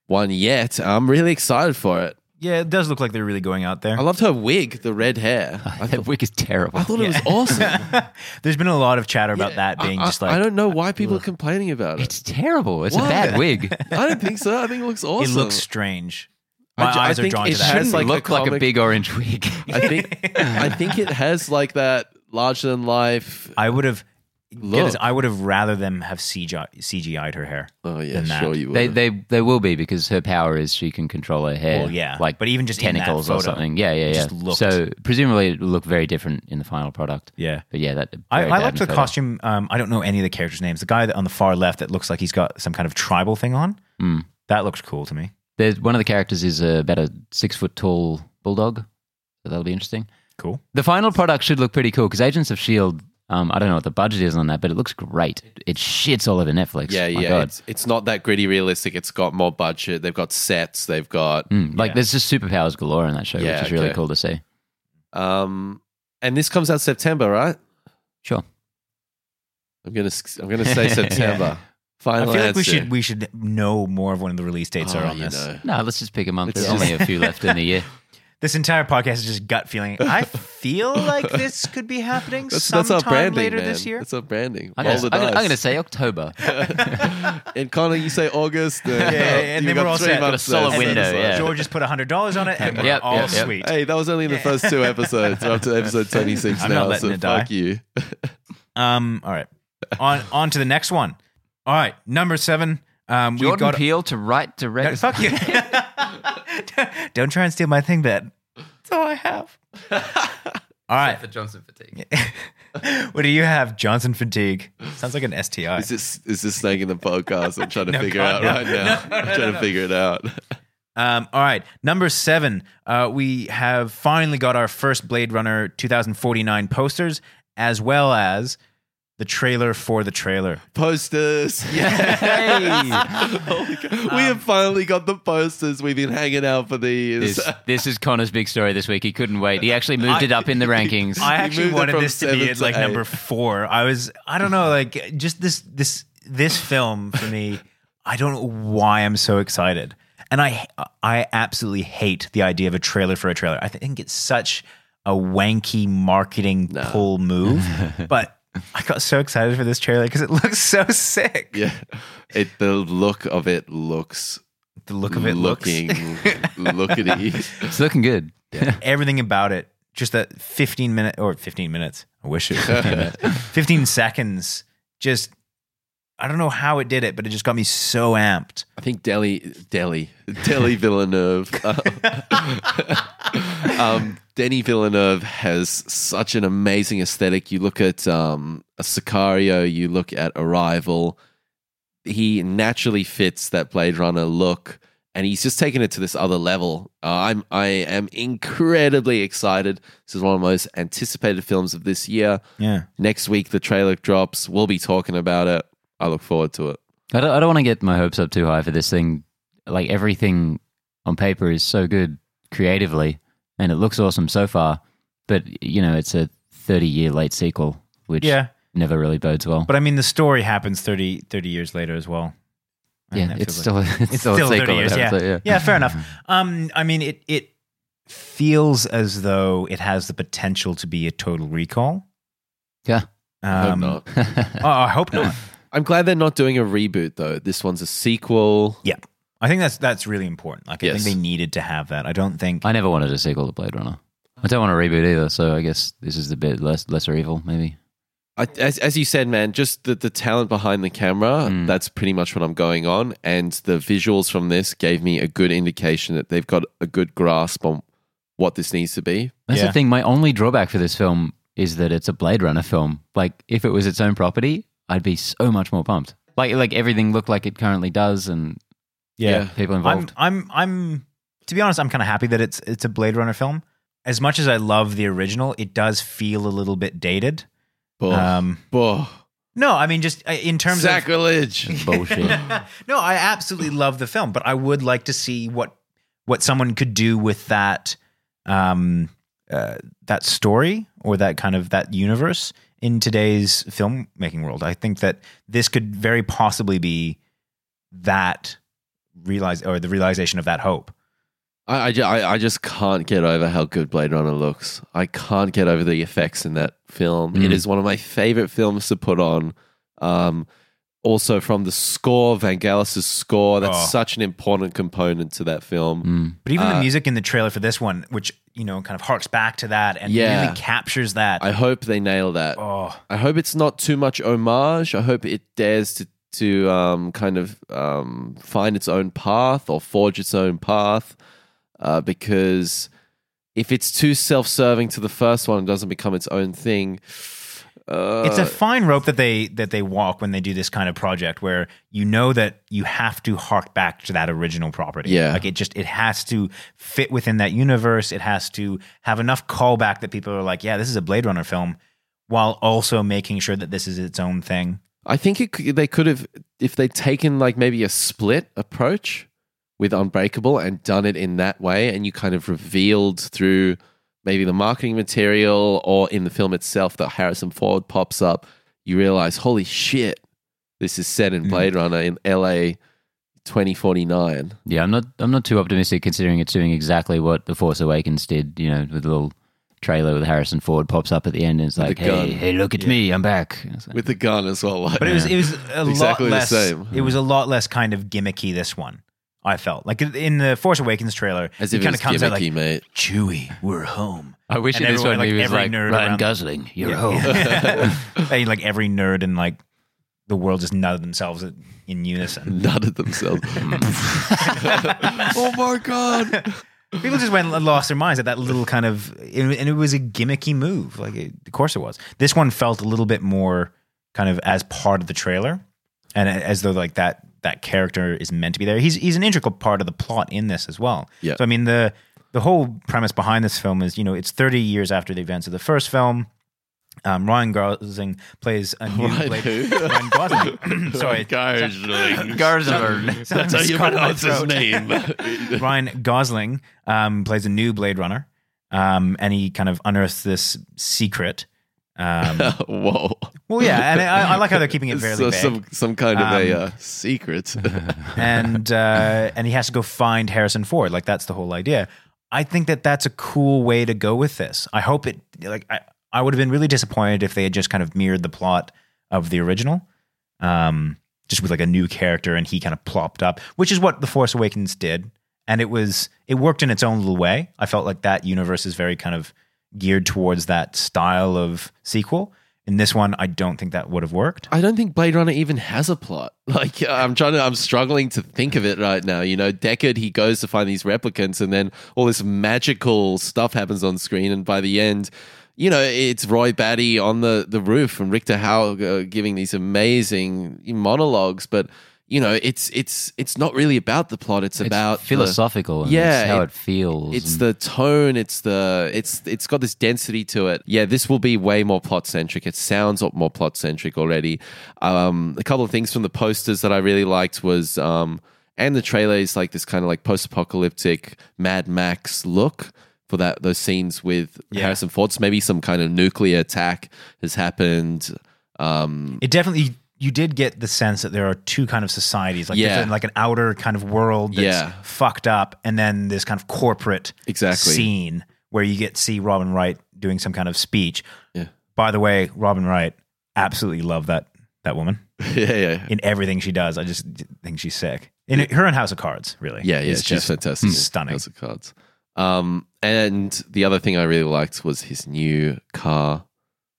[SPEAKER 1] one yet. I'm really excited for it.
[SPEAKER 2] yeah, it does look like they're really going out there.
[SPEAKER 1] I loved her wig, the red hair.
[SPEAKER 3] <laughs>
[SPEAKER 1] I,
[SPEAKER 3] that
[SPEAKER 1] thought
[SPEAKER 3] wig is terrible.
[SPEAKER 1] I thought it was awesome.
[SPEAKER 2] There's been a lot of chatter <laughs> about that being
[SPEAKER 1] I,
[SPEAKER 2] just
[SPEAKER 1] I-
[SPEAKER 2] like
[SPEAKER 1] I don't know why people are complaining about it.
[SPEAKER 3] it's terrible. It's
[SPEAKER 1] Why?
[SPEAKER 3] a bad wig.
[SPEAKER 1] <laughs> I don't think so. I think it looks awesome.
[SPEAKER 2] it looks strange.
[SPEAKER 1] I
[SPEAKER 2] My
[SPEAKER 1] ju- I
[SPEAKER 2] eyes are
[SPEAKER 1] think
[SPEAKER 2] drawn
[SPEAKER 1] it
[SPEAKER 2] to that.
[SPEAKER 1] has,
[SPEAKER 3] It
[SPEAKER 1] like,
[SPEAKER 3] like
[SPEAKER 1] the
[SPEAKER 3] looked like a
[SPEAKER 1] comic-
[SPEAKER 3] big orange
[SPEAKER 1] <laughs>
[SPEAKER 3] wig.
[SPEAKER 1] I think I think it has like that larger than life.
[SPEAKER 2] I would have.
[SPEAKER 1] Look.
[SPEAKER 2] Get this, I would have rather them have CGI, CGI'd her hair.
[SPEAKER 1] Oh yeah,
[SPEAKER 2] Than that.
[SPEAKER 1] sure you would.
[SPEAKER 3] They, they they will be because her power is she can control her hair.
[SPEAKER 2] Well, yeah,
[SPEAKER 3] like
[SPEAKER 2] but even just in that
[SPEAKER 3] tentacles or
[SPEAKER 2] photo,
[SPEAKER 3] something. Yeah, yeah, yeah.
[SPEAKER 2] just looked-
[SPEAKER 3] So presumably it looked very different in the final product.
[SPEAKER 2] Yeah.
[SPEAKER 3] But yeah, that
[SPEAKER 2] I,
[SPEAKER 3] very
[SPEAKER 2] I
[SPEAKER 3] bad
[SPEAKER 2] liked
[SPEAKER 3] in
[SPEAKER 2] her
[SPEAKER 3] photo.
[SPEAKER 2] costume. Um, I don't know any of the characters' names. The guy that on the far left that looks like he's got some kind of tribal thing on.
[SPEAKER 1] Hmm.
[SPEAKER 3] Mm.
[SPEAKER 2] That looked cool to me.
[SPEAKER 3] There's one of the characters is uh, about a six foot tall bulldog, so that'll be interesting.
[SPEAKER 2] Cool.
[SPEAKER 3] The final product should look pretty cool because Agents of Shield. Um, I don't know what the budget is on that, but it looks great. It shits all over Netflix.
[SPEAKER 1] Yeah,
[SPEAKER 3] My
[SPEAKER 1] yeah.
[SPEAKER 3] God.
[SPEAKER 1] It's, it's not that gritty realistic. It's got more budget. They've got sets. They've got
[SPEAKER 3] Mm, like there's just superpowers galore in that show,
[SPEAKER 1] Yeah,
[SPEAKER 3] which is really
[SPEAKER 1] okay.
[SPEAKER 3] cool to see.
[SPEAKER 1] um and this comes out September, right?
[SPEAKER 3] Sure.
[SPEAKER 1] I'm going to I'm going to
[SPEAKER 2] <laughs>
[SPEAKER 1] say September.
[SPEAKER 2] I
[SPEAKER 1] Final
[SPEAKER 2] feel like we
[SPEAKER 1] answer.
[SPEAKER 2] should we should know more of when the release dates
[SPEAKER 1] Oh,
[SPEAKER 2] are on
[SPEAKER 1] you
[SPEAKER 2] this.
[SPEAKER 1] know.
[SPEAKER 3] No, let's just pick a month.
[SPEAKER 1] It's
[SPEAKER 3] There's only
[SPEAKER 1] just-
[SPEAKER 3] a few left in the year.
[SPEAKER 2] This entire podcast is just
[SPEAKER 1] <laughs>
[SPEAKER 2] gut feeling. I feel like this could be happening
[SPEAKER 1] That's, that's
[SPEAKER 2] sometime
[SPEAKER 1] our branding
[SPEAKER 2] later
[SPEAKER 1] man.
[SPEAKER 2] this year.
[SPEAKER 1] That's our branding.
[SPEAKER 3] I'm
[SPEAKER 1] Roll
[SPEAKER 3] gonna,
[SPEAKER 1] the
[SPEAKER 3] I'm gonna- I'm
[SPEAKER 1] dice.
[SPEAKER 3] gonna
[SPEAKER 2] <laughs>
[SPEAKER 3] say October.
[SPEAKER 1] <laughs> and Connor, you say August.
[SPEAKER 2] Yeah,
[SPEAKER 1] And,
[SPEAKER 2] yeah, and
[SPEAKER 1] you
[SPEAKER 2] then
[SPEAKER 1] got
[SPEAKER 2] we're all
[SPEAKER 1] three
[SPEAKER 2] set.
[SPEAKER 1] months
[SPEAKER 3] Got a
[SPEAKER 1] there,
[SPEAKER 3] solid
[SPEAKER 1] so
[SPEAKER 3] window,
[SPEAKER 1] it's like-
[SPEAKER 3] yeah.
[SPEAKER 2] George just put hundred dollars on it, and we're
[SPEAKER 3] Yep,
[SPEAKER 2] all
[SPEAKER 3] yep, yep.
[SPEAKER 2] sweet.
[SPEAKER 1] Hey, that was only in the first two episodes. We're up to episode 26
[SPEAKER 2] <laughs> I'm
[SPEAKER 1] now,
[SPEAKER 2] not letting
[SPEAKER 1] so
[SPEAKER 2] it die.
[SPEAKER 1] fuck you.
[SPEAKER 2] Um, all right, on on to the next one. All right, number seven. Um, we've
[SPEAKER 3] Jordan
[SPEAKER 2] got
[SPEAKER 3] Peele to write direct.
[SPEAKER 2] No, <laughs> fuck you. <laughs> Don't try and steal my thing, Ben. That's all I
[SPEAKER 3] <laughs>
[SPEAKER 2] have. All right,
[SPEAKER 3] for Johnson fatigue.
[SPEAKER 2] what do you have? Johnson fatigue sounds like an STI.
[SPEAKER 1] Is this is this thing in the podcast? I'm trying to
[SPEAKER 2] No,
[SPEAKER 1] figure out
[SPEAKER 2] God, no.
[SPEAKER 1] right now.
[SPEAKER 2] No, no,
[SPEAKER 1] I'm
[SPEAKER 2] no,
[SPEAKER 1] trying
[SPEAKER 2] no.
[SPEAKER 1] to figure it out.
[SPEAKER 2] Um, all right, number seven. Uh, we have finally got our first Blade Runner 2049 posters, as well as the trailer for the trailer.
[SPEAKER 1] Posters.
[SPEAKER 2] <laughs>
[SPEAKER 1] Yes. Oh my God. we
[SPEAKER 2] Um,
[SPEAKER 1] have finally got the posters we've been hanging out for these.
[SPEAKER 3] This,
[SPEAKER 2] <laughs>
[SPEAKER 3] this is Connor's big story this week. He couldn't wait. He actually moved it up
[SPEAKER 2] <laughs>
[SPEAKER 3] in the rankings.
[SPEAKER 1] <laughs>
[SPEAKER 2] I
[SPEAKER 1] You
[SPEAKER 2] actually
[SPEAKER 1] moved it
[SPEAKER 2] wanted
[SPEAKER 1] from
[SPEAKER 2] this to be
[SPEAKER 1] seven
[SPEAKER 2] at
[SPEAKER 1] to
[SPEAKER 2] like
[SPEAKER 1] eight.
[SPEAKER 2] number four. I was, I don't know, like just this, this, this film for me. I don't know why I'm so excited, and I, I absolutely hate the idea of a trailer for a trailer. I think it's such a wanky marketing pull
[SPEAKER 1] <laughs>
[SPEAKER 2] move, but I got so excited for this trailer because it looks so sick.
[SPEAKER 1] <laughs> yeah. It, the look of it looks
[SPEAKER 2] The look of it
[SPEAKER 1] looking
[SPEAKER 2] <laughs> looks
[SPEAKER 1] lookity.
[SPEAKER 3] It's looking good.
[SPEAKER 2] everything about it. Just that 15 minute or 15 minutes. I wish it was 15 minutes.
[SPEAKER 1] <laughs>
[SPEAKER 2] 15 seconds just I don't know how it did it, but it just got me so amped.
[SPEAKER 1] <laughs> I think Delhi, Delhi, Delhi
[SPEAKER 2] <laughs>
[SPEAKER 1] Villeneuve. <laughs> um, Denny Villeneuve has such an amazing aesthetic. You look at um, a Sicario, you look at Arrival. He naturally fits that Blade Runner look, and he's just taken it to this other level. Uh, I'm, I am incredibly excited. This is one of the most anticipated films of this year.
[SPEAKER 3] Uh,
[SPEAKER 2] Yeah.
[SPEAKER 1] Next week, the trailer drops. We'll be talking about it. I look forward to it.
[SPEAKER 3] I don't, I don't want to get my hopes up too high for this thing. Like everything on paper is so good creatively, and it looks awesome so far. But you know, it's a thirty-year late sequel, which
[SPEAKER 2] Yeah.
[SPEAKER 3] never really bodes well.
[SPEAKER 2] But I mean the story happens 30 30 years later as well. I mean,
[SPEAKER 3] yeah,
[SPEAKER 2] that feels
[SPEAKER 3] it's still, <laughs> it's,
[SPEAKER 2] it's
[SPEAKER 3] still
[SPEAKER 2] still
[SPEAKER 3] a Mm-hmm.
[SPEAKER 2] 30
[SPEAKER 3] sequel.
[SPEAKER 2] years,
[SPEAKER 3] I
[SPEAKER 2] yeah.
[SPEAKER 3] would say,
[SPEAKER 2] yeah, fair enough. Um, I mean, it it feels as though it has the potential to be a total recall.
[SPEAKER 3] Yeah.
[SPEAKER 1] Hope
[SPEAKER 2] Um,
[SPEAKER 1] not.
[SPEAKER 3] <laughs>
[SPEAKER 2] Oh, I
[SPEAKER 1] <laughs>
[SPEAKER 2] hope not.
[SPEAKER 1] I'm glad they're not doing a reboot though. This one's a sequel.
[SPEAKER 2] yeah, I think that's that's really important. Like, I
[SPEAKER 1] Yes.
[SPEAKER 2] think they needed to have that. I don't think
[SPEAKER 3] I never wanted a sequel to Blade Runner. I don't want to reboot either, so I guess this is the bit less lesser evil, maybe.
[SPEAKER 1] I, as, as you said, man, just the, the talent behind the camera, that's pretty much what I'm going on. And the visuals from this gave me a good indication that they've got a good grasp on what this needs to be.
[SPEAKER 3] That's
[SPEAKER 2] Yeah.
[SPEAKER 3] the thing. My only drawback for this film is that it's a Blade Runner film. Like, if it was its own property, I'd be so much more pumped. Like, like everything looked like it currently does, and
[SPEAKER 1] Yeah.
[SPEAKER 3] people involved.
[SPEAKER 2] I'm I'm I'm to be honest, I'm kind of happy that it's it's a Blade Runner film. As much as I love the original, it does feel a little bit dated.
[SPEAKER 1] Boah,
[SPEAKER 2] Um,
[SPEAKER 1] boah.
[SPEAKER 2] no, I mean just uh, in terms of
[SPEAKER 1] Sacrilege.
[SPEAKER 2] <laughs>
[SPEAKER 3] Bullshit.
[SPEAKER 2] no, I absolutely love the film, but I would like to see what what someone could do with that um, uh, that story or that kind of that universe in today's filmmaking world. I think that this could very possibly be that realize or the realization of that hope.
[SPEAKER 1] I, I, ju- I, I just can't get over how good Blade Runner looks. I can't get over the effects in that film. It
[SPEAKER 3] Mm.
[SPEAKER 1] is one of my favorite films to put on. Um, also, from the score, Vangelis' score, that's
[SPEAKER 2] Oh.
[SPEAKER 1] such an important component to that film.
[SPEAKER 3] Mm.
[SPEAKER 2] But even
[SPEAKER 1] Uh,
[SPEAKER 2] the music in the trailer for this one, which you know kind of harks back to that and
[SPEAKER 1] Yeah.
[SPEAKER 2] really captures that.
[SPEAKER 1] I hope they nail that.
[SPEAKER 2] oh,
[SPEAKER 1] I hope it's not too much homage. I hope it dares to to um, kind of um, find its own path or forge its own path, uh, because if it's too self serving to the first one, it doesn't become its own thing. Uh,
[SPEAKER 2] it's a fine rope that they that they walk when they do this kind of project, where you know that you have to hark back to that original property.
[SPEAKER 1] Yeah.
[SPEAKER 2] like it just it has to fit within that universe. It has to have enough callback that people are like, yeah, this is a Blade Runner film, while also making sure that this is its own thing.
[SPEAKER 1] I think it, could- they could have if they'd taken like maybe a split approach with Unbreakable and done it in that way, and you kind of revealed through maybe the marketing material or in the film itself that Harrison Ford pops up. You realize, holy shit, this is set
[SPEAKER 2] Mm.
[SPEAKER 1] in Blade Runner in L.A. 2049.
[SPEAKER 3] Yeah, I'm not. I'm not too optimistic considering it's doing exactly what The Force Awakens did. You know, with a little trailer with Harrison Ford pops up at the end and it's
[SPEAKER 1] With
[SPEAKER 3] like,
[SPEAKER 1] the gun.
[SPEAKER 3] hey, hey, look at me, I'm back. It's like,
[SPEAKER 1] With the gun as well. Like,
[SPEAKER 2] But it was it was a
[SPEAKER 1] Exactly the
[SPEAKER 2] lot less.
[SPEAKER 1] same.
[SPEAKER 2] It was a lot less kind of gimmicky. This one, I felt like in the Force Awakens trailer,
[SPEAKER 1] as
[SPEAKER 2] it
[SPEAKER 1] if it
[SPEAKER 2] kind
[SPEAKER 1] was
[SPEAKER 2] of comes out
[SPEAKER 1] gimmicky,
[SPEAKER 2] like
[SPEAKER 1] mate. <laughs>
[SPEAKER 2] Chewy, we're home.
[SPEAKER 3] I wish
[SPEAKER 2] And
[SPEAKER 3] in this
[SPEAKER 2] everyone,
[SPEAKER 3] one he
[SPEAKER 2] like,
[SPEAKER 3] was
[SPEAKER 2] every
[SPEAKER 3] like
[SPEAKER 2] nerd
[SPEAKER 3] Ryan
[SPEAKER 2] around-
[SPEAKER 3] Gosling, you're
[SPEAKER 2] Yeah. <laughs>
[SPEAKER 3] home.
[SPEAKER 2] And, like every nerd in like the world just nutted themselves in unison.
[SPEAKER 1] Nutted
[SPEAKER 2] <laughs>
[SPEAKER 1] themselves.
[SPEAKER 2] Mm.
[SPEAKER 1] <laughs> oh my god.
[SPEAKER 2] People just went and lost their minds at that little kind of, and it was a gimmicky move. Like, it, of course it was. This one felt a little bit more kind of as part of the trailer, and as though like that that character is meant to be there. He's he's an integral part of the plot in this as well.
[SPEAKER 1] Yeah.
[SPEAKER 2] So I mean the the whole premise behind this film is you know it's 30 years after the events of the first film. Um, Ryan Gosling plays a new
[SPEAKER 1] Ryan
[SPEAKER 2] Blake-
[SPEAKER 1] who? <laughs>
[SPEAKER 2] Ryan Gosling. <clears throat> Sorry,
[SPEAKER 1] Gosling.
[SPEAKER 3] Garzler.
[SPEAKER 1] That's how you
[SPEAKER 2] Scott in my
[SPEAKER 1] pronounce his
[SPEAKER 2] throat.
[SPEAKER 1] name.
[SPEAKER 3] <laughs>
[SPEAKER 2] Ryan Gosling um, plays a new Blade Runner, um, and he kind of unearths this secret.
[SPEAKER 1] <laughs>
[SPEAKER 2] Um,
[SPEAKER 1] <laughs> Whoa.
[SPEAKER 2] well, yeah, and I, I like how they're keeping it fairly
[SPEAKER 1] <laughs> So
[SPEAKER 2] vague.
[SPEAKER 1] some some kind of a
[SPEAKER 2] Um,
[SPEAKER 1] uh, secret. <laughs>
[SPEAKER 2] and uh, and he has to go find Harrison Ford. Like that's the whole idea. I think that that's a cool way to go with this. I hope it like I, I would have been really disappointed if they had just kind of mirrored the plot of the original, um, just with like a new character and he kind of plopped up, which is what the Force Awakens did, and it was it worked in its own little way. I felt like that universe is very kind of geared towards that style of sequel. In this one, I don't think that would have worked.
[SPEAKER 1] I don't think Blade Runner even has a plot. <laughs> Like I'm trying to, I'm struggling to think of it right now. You know, Deckard he goes to find these replicants, and then all this magical stuff happens on screen, and by the end, you know, it's Roy Batty on the the roof and Richter Howell uh, giving these amazing monologues, but. You know, it's it's it's not really about the plot. It's,
[SPEAKER 3] It's
[SPEAKER 1] about the-
[SPEAKER 3] philosophical and
[SPEAKER 1] Yeah,
[SPEAKER 3] it's how
[SPEAKER 1] it-
[SPEAKER 3] it, feels.
[SPEAKER 1] it's
[SPEAKER 3] and-
[SPEAKER 1] the tone it's the it's it's got this density to it yeah this will be way more plot centric it sounds a lot more plot centric already um, a couple of things from the posters that i really liked was um, and the trailer is like this kind of like post-apocalyptic mad max look for that those scenes with
[SPEAKER 2] Yeah.
[SPEAKER 1] harrison ford so maybe some kind of nuclear attack has happened um,
[SPEAKER 2] It definitely you did get the sense that there are two kind of societies, like
[SPEAKER 1] Yeah.
[SPEAKER 2] there's, like an outer kind of world that's
[SPEAKER 1] Yeah.
[SPEAKER 2] fucked up, and then this kind of corporate
[SPEAKER 1] Exactly.
[SPEAKER 2] scene where you get to see Robin Wright doing some kind of speech.
[SPEAKER 1] Yeah.
[SPEAKER 2] By the way, Robin Wright, absolutely love that that woman
[SPEAKER 1] <laughs> yeah yeah
[SPEAKER 2] in everything she does. I just think she's sick. In her in House of Cards, really.
[SPEAKER 1] Yeah, yeah,
[SPEAKER 2] is
[SPEAKER 1] she's fantastic.
[SPEAKER 2] stunning.
[SPEAKER 1] House of Cards. Um, and the other thing I really liked was his new car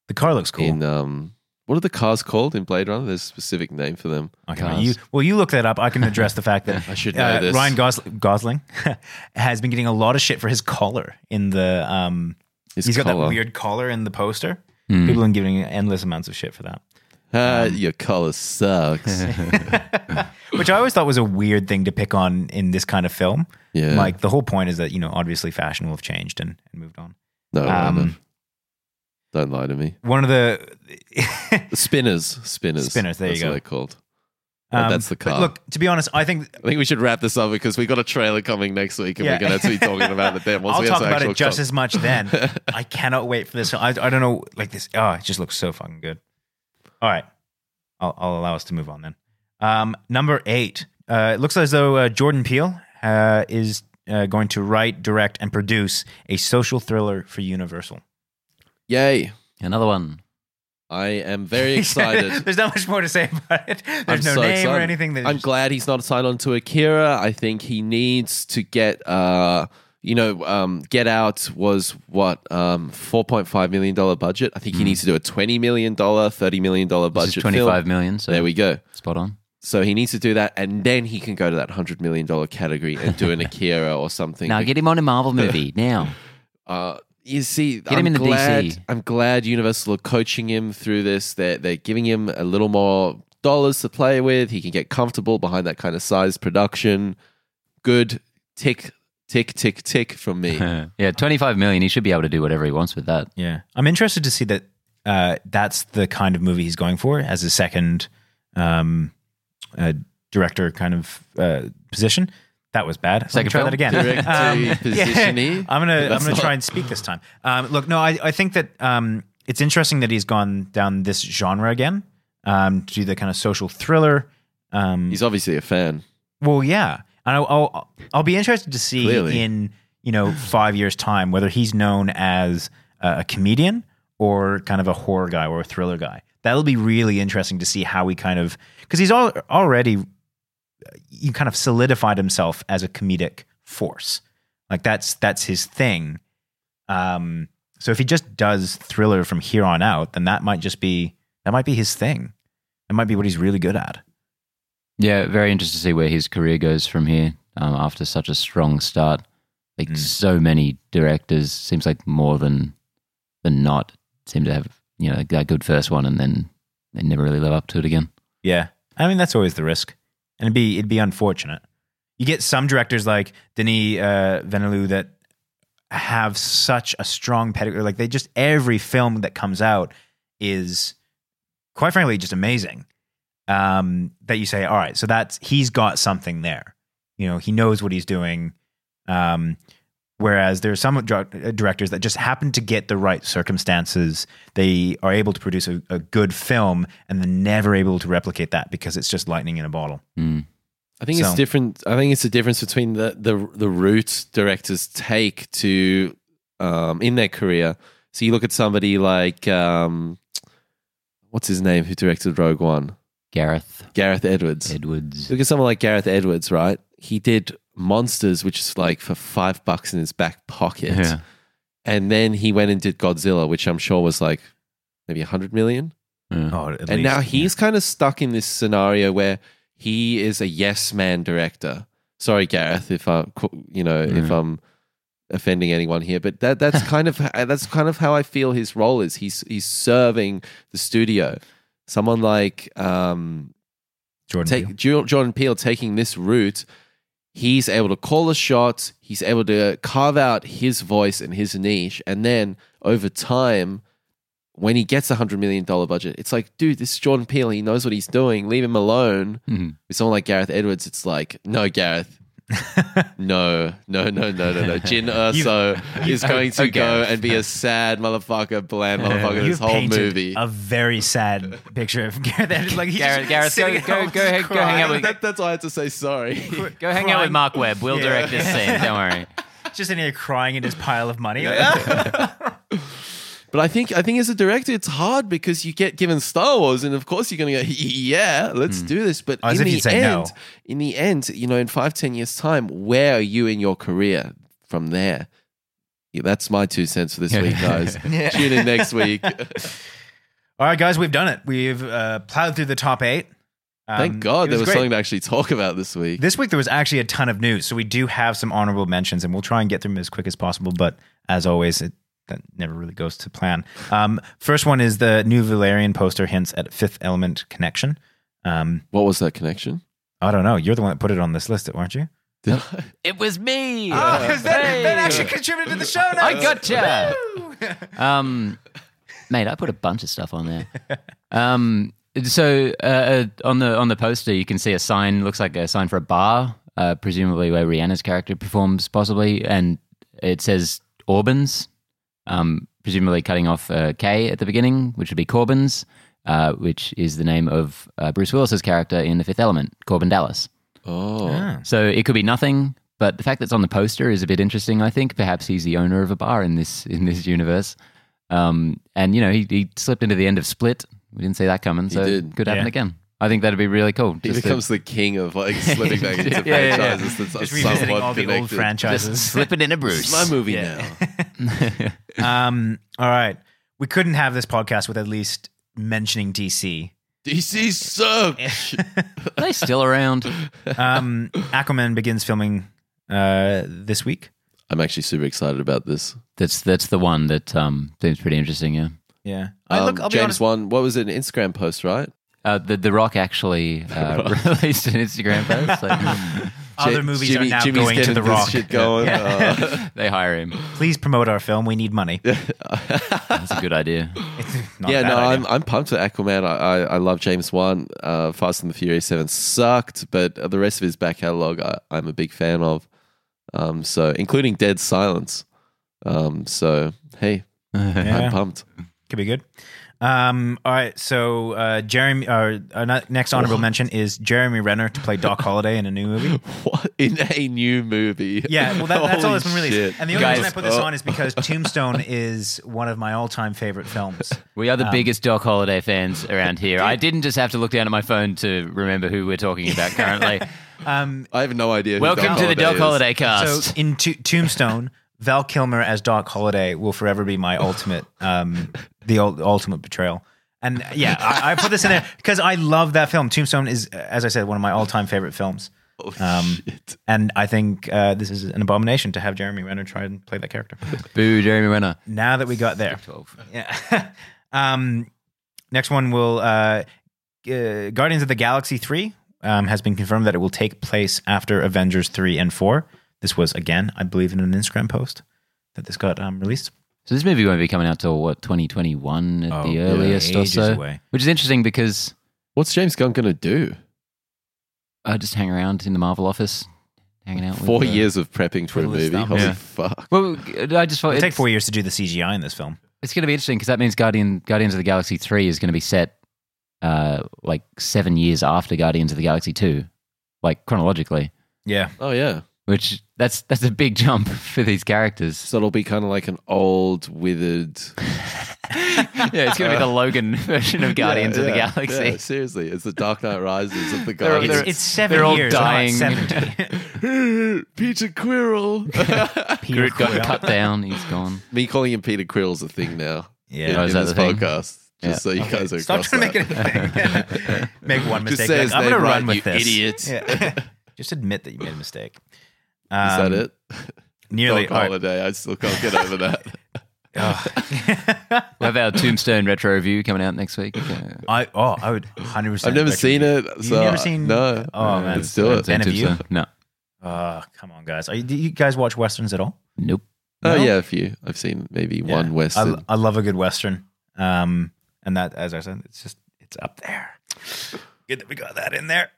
[SPEAKER 2] The car looks cool.
[SPEAKER 1] in um, what are the cars called in Blade Runner? There's a specific name for them.
[SPEAKER 2] Okay,
[SPEAKER 3] Cars.
[SPEAKER 2] you, well, you look that up. I can address the
[SPEAKER 1] <laughs>
[SPEAKER 2] fact that uh,
[SPEAKER 1] I should know this.
[SPEAKER 2] Ryan Gos- Gosling <laughs> has been getting a lot of shit for his collar in the. Um,
[SPEAKER 1] His
[SPEAKER 2] he's got
[SPEAKER 1] collar.
[SPEAKER 2] that weird collar in the poster.
[SPEAKER 1] Mm-hmm.
[SPEAKER 3] Hmm.
[SPEAKER 2] People have been giving endless amounts of shit for that, um,
[SPEAKER 1] Ah, your color
[SPEAKER 2] <laughs>
[SPEAKER 1] sucks.
[SPEAKER 2] which I always thought was a weird thing to pick on in this kind of film.
[SPEAKER 1] yeah,
[SPEAKER 2] Like the whole point is that you know obviously fashion will have changed and, and moved on.
[SPEAKER 1] No, no, no.
[SPEAKER 2] um,
[SPEAKER 1] don't lie to me.
[SPEAKER 2] One of the <laughs>
[SPEAKER 1] Spinners, spinners,
[SPEAKER 2] Spinners, there you
[SPEAKER 1] that's
[SPEAKER 2] go.
[SPEAKER 1] What they're called. Oh, that's the
[SPEAKER 2] but
[SPEAKER 1] car.
[SPEAKER 2] um, Look, to be honest, I think
[SPEAKER 1] I think we should wrap this up because we got a trailer coming next week, and
[SPEAKER 2] Yeah.
[SPEAKER 1] we're going to be talking
[SPEAKER 2] <laughs>
[SPEAKER 1] about it then. Once
[SPEAKER 2] I'll
[SPEAKER 1] we
[SPEAKER 2] talk
[SPEAKER 1] have some
[SPEAKER 2] about
[SPEAKER 1] actual
[SPEAKER 2] it just
[SPEAKER 1] con-
[SPEAKER 2] as
[SPEAKER 1] <laughs>
[SPEAKER 2] much then. I cannot wait for this. I, I don't know, like this. Oh, it just looks so fucking good. All right, I'll, I'll allow us to move on then. Um, number eight. Uh, it looks as though uh, Jordan Peele uh, is uh, going to write, direct, and produce a social thriller for Universal.
[SPEAKER 1] Yay!
[SPEAKER 3] Another one.
[SPEAKER 1] I am
[SPEAKER 2] <laughs>
[SPEAKER 1] very excited.
[SPEAKER 2] There's not much more to say about it. There's no
[SPEAKER 1] so
[SPEAKER 2] name or
[SPEAKER 1] excited.
[SPEAKER 2] anything. That
[SPEAKER 1] I'm glad he's not signed on to Akira. I think he needs to get, uh, you know, um, Get Out was what um, 4.5 million dollar budget. I think he needs to do a 20 million dollar, 30 million dollar
[SPEAKER 3] Hmm. This is
[SPEAKER 1] budget.
[SPEAKER 3] twenty five
[SPEAKER 1] film.
[SPEAKER 3] million. So
[SPEAKER 1] There we go.
[SPEAKER 3] spot on.
[SPEAKER 1] So he needs to do that, and then he can go to that 100 million dollar category and do
[SPEAKER 3] <laughs>
[SPEAKER 1] an Akira or something.
[SPEAKER 3] Now get him on a Marvel <laughs> movie now.
[SPEAKER 1] Uh, you see,
[SPEAKER 3] him
[SPEAKER 1] I'm
[SPEAKER 3] in the
[SPEAKER 1] glad,
[SPEAKER 3] DC.
[SPEAKER 1] I'm glad Universal are coaching him through this. They're, they're giving him a little more dollars to play with. He can get comfortable behind that kind of size production. Good tick, tick, tick, tick from
[SPEAKER 3] <laughs>
[SPEAKER 1] me.
[SPEAKER 3] yeah, twenty five million. He should be able to do whatever he wants with that.
[SPEAKER 2] Yeah, I'm interested to see that. Uh, that's the kind of movie he's going for as his second um, uh, director kind of uh, position. That was bad. Let me
[SPEAKER 3] Second
[SPEAKER 2] try
[SPEAKER 3] film?
[SPEAKER 2] that again.
[SPEAKER 1] Direct
[SPEAKER 2] <laughs> Um,
[SPEAKER 1] to position
[SPEAKER 2] yeah. <laughs> I'm gonna
[SPEAKER 1] That's
[SPEAKER 2] I'm gonna
[SPEAKER 1] not-
[SPEAKER 2] try and speak this time. Um, look, no, I, I think that um, it's interesting that he's gone down this genre again um, to do the kind of social thriller. Um,
[SPEAKER 1] He's obviously a fan.
[SPEAKER 2] well, yeah, and I'll, I'll I'll be interested to see
[SPEAKER 1] Clearly.
[SPEAKER 2] in you know five years time whether he's known as a, a comedian or kind of a horror guy or a thriller guy. That'll be really interesting to see how he kind of because he's all, already he kind of solidified himself as a comedic force. Like that's that's his thing. Um, so if he just does thriller from here on out, then that might just be that might be his thing. That might be what he's really good at.
[SPEAKER 3] Yeah, very interested to see where his career goes from here um, after such a strong start. Like
[SPEAKER 2] Mm.
[SPEAKER 3] so many directors, seems like more than than not seem to have you know that good first one, and then they never really live up to it again.
[SPEAKER 2] Yeah. I mean, that's always the risk. And it'd be, it'd be unfortunate. You get some directors like Denis uh, Villeneuve that have such a strong pedigree. Like they just, every film that comes out, is quite frankly just amazing. Um, that you say, all right, so that's he's got something there. You know, he knows what he's doing. Um, whereas there are some dr- uh, directors that just happen to get the right circumstances. They are able to produce a, a good film, and they're never able to replicate that because it's just lightning in a bottle.
[SPEAKER 3] Mm.
[SPEAKER 1] I think it's
[SPEAKER 2] So-
[SPEAKER 1] different. I think it's the difference between the the the route directors take to um, in their career. So you look at somebody like um, what's his name who directed Rogue One,
[SPEAKER 3] Gareth
[SPEAKER 1] Gareth Edwards.
[SPEAKER 3] Edwards.
[SPEAKER 1] Look at someone like Gareth Edwards, right? He did Monsters, which is like for five bucks in his back pocket,
[SPEAKER 3] Yeah.
[SPEAKER 1] and then he went and did Godzilla, which I'm sure was like maybe a hundred million.
[SPEAKER 3] Yeah.
[SPEAKER 2] Oh, at
[SPEAKER 1] and
[SPEAKER 2] least,
[SPEAKER 1] now
[SPEAKER 2] yeah.
[SPEAKER 1] he's kind of stuck in this scenario where he is a yes man director. Sorry, Gareth, if I, you know, if
[SPEAKER 3] Mm.
[SPEAKER 1] I'm offending anyone here, but that
[SPEAKER 2] <laughs>
[SPEAKER 1] that's kind of that's kind of how I feel his role is. He's he's serving the studio. Someone like um,
[SPEAKER 2] Jordan Peele.
[SPEAKER 1] take Ju- Jordan Peele taking this route, he's able to call a shot, he's able to carve out his voice and his niche, and then over time, when he gets a hundred million dollar budget, it's like, dude, this is Jordan Peele. He knows what he's doing. Leave him alone.
[SPEAKER 3] Mhm.
[SPEAKER 1] With someone like Gareth Edwards, it's like, no,
[SPEAKER 2] <laughs>
[SPEAKER 1] Gareth, no, no, no, no, no, no. Jin Urso is
[SPEAKER 2] oh, <laughs>
[SPEAKER 1] going to
[SPEAKER 2] oh,
[SPEAKER 1] go
[SPEAKER 2] Gareth.
[SPEAKER 1] and be a sad motherfucker, bland motherfucker. this
[SPEAKER 2] You've
[SPEAKER 1] whole
[SPEAKER 2] painted
[SPEAKER 1] movie.
[SPEAKER 2] a very sad picture of <laughs> Gareth. Edwards. Like he's just
[SPEAKER 3] Gareth- Gareth,
[SPEAKER 2] sitting
[SPEAKER 3] go-
[SPEAKER 2] at
[SPEAKER 3] go-
[SPEAKER 2] home
[SPEAKER 3] go ahead, go hang out
[SPEAKER 2] crying.
[SPEAKER 3] with-
[SPEAKER 1] That- that's why I had to say sorry.
[SPEAKER 3] Go hang out with
[SPEAKER 2] Crying.
[SPEAKER 3] Mark Webb. We'll
[SPEAKER 2] Yeah.
[SPEAKER 3] direct this scene.
[SPEAKER 2] <laughs>
[SPEAKER 3] Don't worry.
[SPEAKER 2] Just sitting here crying in his pile of money. Like, ah.
[SPEAKER 1] But I think I think as a director, it's hard because you get given Star Wars, and of course you're going to go, <laughs> yeah, let's do this. But
[SPEAKER 2] Hmm. As
[SPEAKER 1] in
[SPEAKER 2] if
[SPEAKER 1] the
[SPEAKER 2] you'd say
[SPEAKER 1] end,
[SPEAKER 2] no.
[SPEAKER 1] in the end, you know, in five ten years' time, where are you in your career from there? Yeah, that's my two cents for this week,
[SPEAKER 2] <laughs>
[SPEAKER 1] guys.
[SPEAKER 2] Yeah.
[SPEAKER 1] Tune in next week.
[SPEAKER 2] <laughs> All right, guys, we've done it. We've uh, plowed through the top eight. Um,
[SPEAKER 1] Thank
[SPEAKER 2] it
[SPEAKER 1] God there was
[SPEAKER 2] great.
[SPEAKER 1] something to actually talk about this week.
[SPEAKER 2] This week there was actually a ton of news, so we do have some honorable mentions, and we'll try and get through them as quick as possible. But as always, it that never really goes to plan. Um, first one is the new Valerian poster hints at Fifth Element connection. Um,
[SPEAKER 1] What was that connection? <laughs>
[SPEAKER 2] I don't know. You're the one that put it on this list, weren't you?
[SPEAKER 1] Did I-
[SPEAKER 3] It was me.
[SPEAKER 2] Oh, 'cause that,
[SPEAKER 3] Hey.
[SPEAKER 2] that actually contributed to the show notes.
[SPEAKER 3] I gotcha. um, mate, I put a bunch of stuff on there. Um, so uh, on the on the poster, you can see a sign. Looks like a sign for a bar, uh, presumably where Rihanna's character performs, possibly, and it says Auburn's, um, presumably cutting off a K at the beginning, which would be Corbin's, uh, which is the name of uh, Bruce Willis's character in The Fifth Element, Corbin Dallas.
[SPEAKER 1] Oh,
[SPEAKER 2] Ah.
[SPEAKER 3] So it could be nothing, but the fact that it's on the poster is a bit interesting. I think perhaps he's the owner of a bar in this in this universe. Um, and you know, he, he slipped into the end of Split. We didn't see that coming, so
[SPEAKER 1] did.
[SPEAKER 3] it could happen
[SPEAKER 2] Yeah.
[SPEAKER 3] again. I think that'd be really cool.
[SPEAKER 1] he
[SPEAKER 3] just to-
[SPEAKER 1] becomes the king of
[SPEAKER 2] <laughs>
[SPEAKER 1] like slipping back into
[SPEAKER 3] Yeah, yeah, yeah.
[SPEAKER 1] franchises that's somewhat
[SPEAKER 2] Just revisiting all the old
[SPEAKER 1] connected.
[SPEAKER 3] just
[SPEAKER 2] franchises.
[SPEAKER 3] <laughs> slipping into
[SPEAKER 1] It's
[SPEAKER 3] Bruce.
[SPEAKER 1] my movie
[SPEAKER 2] Yeah.
[SPEAKER 1] now.
[SPEAKER 2] <laughs> um, all right. We couldn't have this podcast with at least mentioning DC.
[SPEAKER 1] DC sucks.
[SPEAKER 3] Are they still around?
[SPEAKER 2] Um, Aquaman begins filming uh, this week.
[SPEAKER 1] <laughs> I'm actually super excited about this.
[SPEAKER 3] That's that's the one that um, seems pretty interesting. Yeah,
[SPEAKER 2] Yeah.
[SPEAKER 1] Um,
[SPEAKER 2] I look, I'll be
[SPEAKER 1] James
[SPEAKER 2] honest.
[SPEAKER 1] Wan, what was it? An Instagram post, right?
[SPEAKER 3] uh, the the Rock
[SPEAKER 1] <laughs>
[SPEAKER 3] actually uh, <laughs> released an Instagram post. so-
[SPEAKER 1] Ja-
[SPEAKER 2] Other movies
[SPEAKER 1] Jimmy-
[SPEAKER 2] are now
[SPEAKER 1] Jimmy's
[SPEAKER 2] going to
[SPEAKER 1] getting
[SPEAKER 2] The
[SPEAKER 1] this
[SPEAKER 2] Rock.
[SPEAKER 1] Shit
[SPEAKER 2] <laughs>
[SPEAKER 1] going. <laughs>
[SPEAKER 3] <laughs> they hire him.
[SPEAKER 2] Please promote our film. We need money. <laughs>
[SPEAKER 1] Uh,
[SPEAKER 3] That's a
[SPEAKER 1] <laughs>
[SPEAKER 3] good idea.
[SPEAKER 2] Not
[SPEAKER 1] yeah,
[SPEAKER 2] a bad
[SPEAKER 1] no,
[SPEAKER 2] idea.
[SPEAKER 1] I'm I'm pumped for Aquaman. I, I, I love James Wan. Uh, Fast and the Furious Seven sucked, but uh, the rest of his back catalog, I, I'm a big fan of. Um, so including Dead Silence. Um, so hey,
[SPEAKER 2] Yeah.
[SPEAKER 1] I'm pumped. <laughs>
[SPEAKER 2] Could be good. Um, all right. So, uh, Jeremy, our, our ne- next honorable mention is Jeremy Renner to
[SPEAKER 1] <laughs>
[SPEAKER 2] play Doc Holliday in a new movie.
[SPEAKER 1] What in a new movie?
[SPEAKER 2] Yeah, well, that, that's all
[SPEAKER 1] Holy
[SPEAKER 2] that's been released.
[SPEAKER 1] shit.
[SPEAKER 2] And the only
[SPEAKER 3] Guys,
[SPEAKER 2] reason I put this
[SPEAKER 1] oh.
[SPEAKER 2] on is because
[SPEAKER 1] <laughs>
[SPEAKER 2] Tombstone is one of my all-time favorite films.
[SPEAKER 3] We are the biggest Doc Holiday fans around here. I didn't just have to look down at my phone to remember who we're talking about currently.
[SPEAKER 1] I have no idea. who
[SPEAKER 3] Welcome
[SPEAKER 1] Doc
[SPEAKER 3] to the Doc
[SPEAKER 1] is.
[SPEAKER 3] Holiday
[SPEAKER 2] So,
[SPEAKER 3] cast.
[SPEAKER 2] in to- Tombstone, Val Kilmer as Doc Holliday will forever be my ultimate, um, the ul- ultimate betrayal. And uh, yeah, I, I put this in there because I love that film. Tombstone is, uh, as I said, one of my all-time favorite films.
[SPEAKER 1] Holy
[SPEAKER 2] Um,
[SPEAKER 1] shit.
[SPEAKER 2] And I think uh, this is an abomination to have Jeremy Renner try and play that character.
[SPEAKER 3] Boo, Jeremy Renner.
[SPEAKER 2] now that we got there, yeah. <laughs> um, next one will uh, uh, Guardians of the Galaxy three um, has been confirmed that it will take place after Avengers three and four. This was again, I believe, in an Instagram post that this got um, released.
[SPEAKER 3] So this movie won't be coming out till what 2021 at
[SPEAKER 2] Oh,
[SPEAKER 3] the
[SPEAKER 2] yeah,
[SPEAKER 3] earliest or
[SPEAKER 2] ages
[SPEAKER 3] so,
[SPEAKER 2] away.
[SPEAKER 3] which is interesting because
[SPEAKER 1] What's James Gunn gonna do?
[SPEAKER 3] I just hang around in the Marvel office, hanging out.
[SPEAKER 1] Four
[SPEAKER 3] with, uh,
[SPEAKER 1] years of prepping for a
[SPEAKER 2] twiddle his
[SPEAKER 1] movie.
[SPEAKER 2] thumbs.
[SPEAKER 1] Holy
[SPEAKER 3] Yeah.
[SPEAKER 1] fuck!
[SPEAKER 3] Well, I just thought
[SPEAKER 2] It'll take
[SPEAKER 3] it's,
[SPEAKER 2] four years to do the CGI in this film.
[SPEAKER 3] it's going to be interesting because that means Guardian Guardians of the Galaxy Three is going to be set uh, like seven years after Guardians of the Galaxy Two, like chronologically.
[SPEAKER 2] Yeah.
[SPEAKER 1] Oh yeah,
[SPEAKER 3] Which that's that's a big jump <laughs> for these characters.
[SPEAKER 1] so it'll be kind of like an old, withered
[SPEAKER 3] <laughs> yeah, it's going to be the Logan <laughs> version of Guardians
[SPEAKER 1] Yeah,
[SPEAKER 3] of the
[SPEAKER 1] yeah,
[SPEAKER 3] Galaxy.
[SPEAKER 1] yeah, seriously, it's the Dark Knight Rises of the
[SPEAKER 3] They're-
[SPEAKER 1] Guardians.
[SPEAKER 2] It's,
[SPEAKER 3] they're-
[SPEAKER 2] it's seven
[SPEAKER 3] they're all
[SPEAKER 2] years, not
[SPEAKER 3] dying. <laughs>
[SPEAKER 2] 70.
[SPEAKER 1] <gasps> Peter
[SPEAKER 3] <laughs>
[SPEAKER 1] Quirrell.
[SPEAKER 2] Peter
[SPEAKER 3] Groot got
[SPEAKER 2] Quill.
[SPEAKER 3] cut down. He's gone.
[SPEAKER 1] <laughs> Me calling him Peter Quirrell's a thing now.
[SPEAKER 2] Yeah.
[SPEAKER 1] in,
[SPEAKER 3] Oh,
[SPEAKER 1] in
[SPEAKER 3] is that
[SPEAKER 1] this
[SPEAKER 3] the thing?
[SPEAKER 1] podcast.
[SPEAKER 3] Yeah.
[SPEAKER 1] Just so you guys are
[SPEAKER 2] Stop
[SPEAKER 1] across
[SPEAKER 2] trying
[SPEAKER 1] that.
[SPEAKER 2] to make anything. <laughs> make one
[SPEAKER 1] Just
[SPEAKER 2] mistake.
[SPEAKER 1] say
[SPEAKER 2] like,
[SPEAKER 1] his
[SPEAKER 2] I'm
[SPEAKER 1] name
[SPEAKER 2] gonna
[SPEAKER 1] right,
[SPEAKER 2] run with
[SPEAKER 1] you idiot.
[SPEAKER 2] this.
[SPEAKER 1] <laughs>
[SPEAKER 2] Yeah. <laughs> Just admit that you made a mistake.
[SPEAKER 1] Is that
[SPEAKER 2] Um,
[SPEAKER 1] it?
[SPEAKER 2] <laughs>
[SPEAKER 1] Oh,
[SPEAKER 2] Nearly.
[SPEAKER 1] Doc
[SPEAKER 2] all right.
[SPEAKER 1] holiday. I still can't get over
[SPEAKER 2] <laughs>
[SPEAKER 1] that.
[SPEAKER 2] Ugh.
[SPEAKER 3] We'll have our Tombstone retro review coming out next week. Uh, Yeah.
[SPEAKER 2] I oh I would hundred percent.
[SPEAKER 1] I've never seen it.
[SPEAKER 2] You've
[SPEAKER 1] so-
[SPEAKER 2] never seen-
[SPEAKER 1] No.
[SPEAKER 2] Oh, man.
[SPEAKER 1] Let's do it.
[SPEAKER 2] Ben, have you?
[SPEAKER 3] No.
[SPEAKER 2] Oh come on, guys! Are you, do you guys watch westerns at all?
[SPEAKER 3] Nope.
[SPEAKER 1] Oh
[SPEAKER 2] No?
[SPEAKER 1] yeah, a few. I've seen maybe
[SPEAKER 2] Yeah.
[SPEAKER 1] one
[SPEAKER 2] I,
[SPEAKER 1] western.
[SPEAKER 2] I love a good western. Um, and that, as I said, it's just it's up there. Good that we got that in there.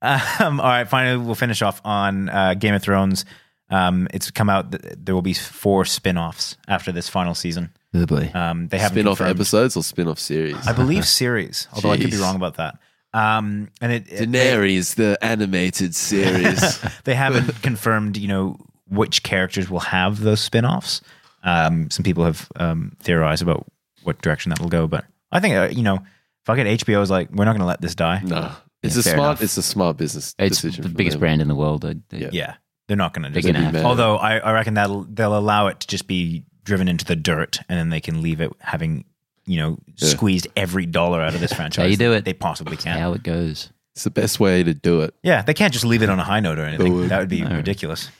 [SPEAKER 2] Um, all right, finally we'll finish off on uh, Game of Thrones. Um, it's come out. That there will be four spin-offs after this final season.
[SPEAKER 3] Oh,
[SPEAKER 2] Um, they haven't
[SPEAKER 1] Spin off
[SPEAKER 2] confirmed-
[SPEAKER 1] episodes or spin off series. <laughs>
[SPEAKER 2] I believe series, although I could be
[SPEAKER 1] Jeez.
[SPEAKER 2] wrong about that. Um, and it, it they-
[SPEAKER 1] Daenerys, the animated
[SPEAKER 2] <laughs>
[SPEAKER 3] <laughs>
[SPEAKER 1] series.
[SPEAKER 2] they haven't confirmed, you know, which characters will have those spin-offs. Um, some people have um, theorized about what direction that will go, but I think uh, you know, fuck it. HBO is like, we're not going to let this die.
[SPEAKER 1] no. It's
[SPEAKER 3] Yeah,
[SPEAKER 1] a
[SPEAKER 3] fair
[SPEAKER 1] smart
[SPEAKER 3] enough.
[SPEAKER 1] it's a smart business
[SPEAKER 3] It's
[SPEAKER 1] decision.
[SPEAKER 3] the
[SPEAKER 1] for
[SPEAKER 3] biggest
[SPEAKER 1] them.
[SPEAKER 3] brand in the world. I, I-
[SPEAKER 1] Yeah.
[SPEAKER 2] Yeah, they're not going to.
[SPEAKER 3] They're
[SPEAKER 2] do
[SPEAKER 3] gonna
[SPEAKER 1] They'd
[SPEAKER 3] have
[SPEAKER 1] be
[SPEAKER 3] to.
[SPEAKER 1] mad.
[SPEAKER 2] Although I, I reckon that will they'll allow it to just be driven into the dirt, and then they can leave it having you know
[SPEAKER 1] Yeah.
[SPEAKER 2] squeezed every dollar out of
[SPEAKER 3] <laughs>
[SPEAKER 2] this franchise.
[SPEAKER 3] you do it.
[SPEAKER 2] They possibly can.
[SPEAKER 3] How it goes.
[SPEAKER 1] It's the best way to do it.
[SPEAKER 2] Yeah, they can't just leave it on a high note or anything.
[SPEAKER 1] would.
[SPEAKER 2] that would be
[SPEAKER 3] No.
[SPEAKER 2] ridiculous.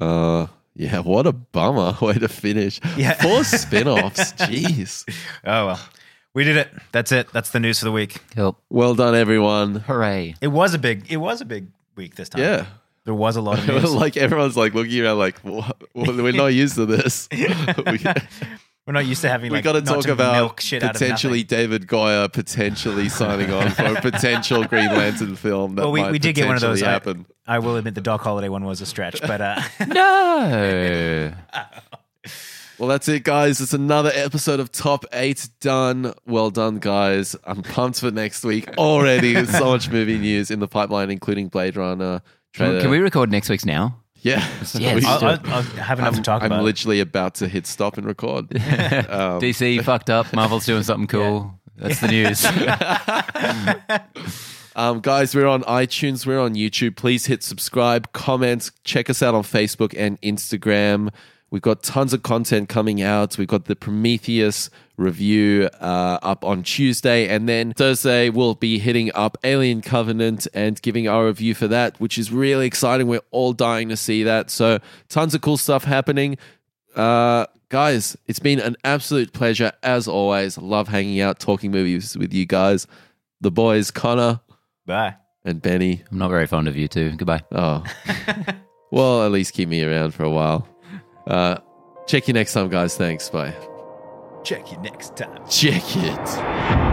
[SPEAKER 1] Uh yeah, <laughs> what a bummer way to finish.
[SPEAKER 2] Yeah. <laughs>
[SPEAKER 1] Four spin offs. Jeez.
[SPEAKER 2] Oh well, we did it. That's it. That's the news for the week.
[SPEAKER 3] Help.
[SPEAKER 1] Well done,
[SPEAKER 2] <laughs>
[SPEAKER 1] everyone.
[SPEAKER 3] Hooray.
[SPEAKER 2] It was a big. It was a big week this time.
[SPEAKER 1] Yeah.
[SPEAKER 2] there was a lot
[SPEAKER 1] <laughs>
[SPEAKER 2] of news.
[SPEAKER 1] like everyone's like looking around like what? Well, we're not used to
[SPEAKER 2] <laughs>
[SPEAKER 1] this. we
[SPEAKER 2] We're not used to having. Like,
[SPEAKER 1] got to
[SPEAKER 2] not
[SPEAKER 1] talk
[SPEAKER 2] to
[SPEAKER 1] about
[SPEAKER 2] milk shit out of
[SPEAKER 1] potentially
[SPEAKER 2] nothing.
[SPEAKER 1] David Goyer potentially signing on for
[SPEAKER 2] <laughs>
[SPEAKER 1] a potential Green Lantern film. That
[SPEAKER 2] Well, we,
[SPEAKER 1] might
[SPEAKER 2] we did get one of those.
[SPEAKER 1] potentially
[SPEAKER 2] I,
[SPEAKER 1] Happen.
[SPEAKER 2] I will admit the Doc Holiday one was a stretch,
[SPEAKER 1] <laughs>
[SPEAKER 2] but uh,
[SPEAKER 3] No.
[SPEAKER 1] Well, that's it, guys. It's another episode of Top Eight done. Well done, guys. I'm pumped for next week already. There's so much movie news in the pipeline, including Blade Runner. Trailer.
[SPEAKER 3] <laughs> Can we record next week's now?
[SPEAKER 1] Yeah.
[SPEAKER 3] Yes.
[SPEAKER 1] <laughs> We
[SPEAKER 2] I'll,
[SPEAKER 1] should.
[SPEAKER 2] I'll, I'll have enough
[SPEAKER 1] I'm,
[SPEAKER 2] to talk
[SPEAKER 1] I'm
[SPEAKER 2] about.
[SPEAKER 1] literally about to hit stop and record. Um,
[SPEAKER 3] DC fucked up. Marvel's doing <laughs> something cool. That's the <laughs> news.
[SPEAKER 1] Um, guys, we're on iTunes, we're on YouTube. Please hit subscribe, comment, check us out on Facebook and Instagram. We've got tons of content coming out. We've got the Prometheus review uh, up on Tuesday. And then Thursday, we'll be hitting up Alien Covenant and giving our review for that, which is really exciting. We're all dying to see that. So, tons of cool stuff happening. Uh, guys, it's been an absolute pleasure as always. Love hanging out, talking movies with you guys. The boys, Connor
[SPEAKER 2] Bye.
[SPEAKER 1] and Benny.
[SPEAKER 3] I'm not very fond of you two. Goodbye.
[SPEAKER 1] Oh, well, at least keep me around for a while. Uh, check you next time, guys. Thanks. Bye.
[SPEAKER 2] Check you next time.
[SPEAKER 1] Check it.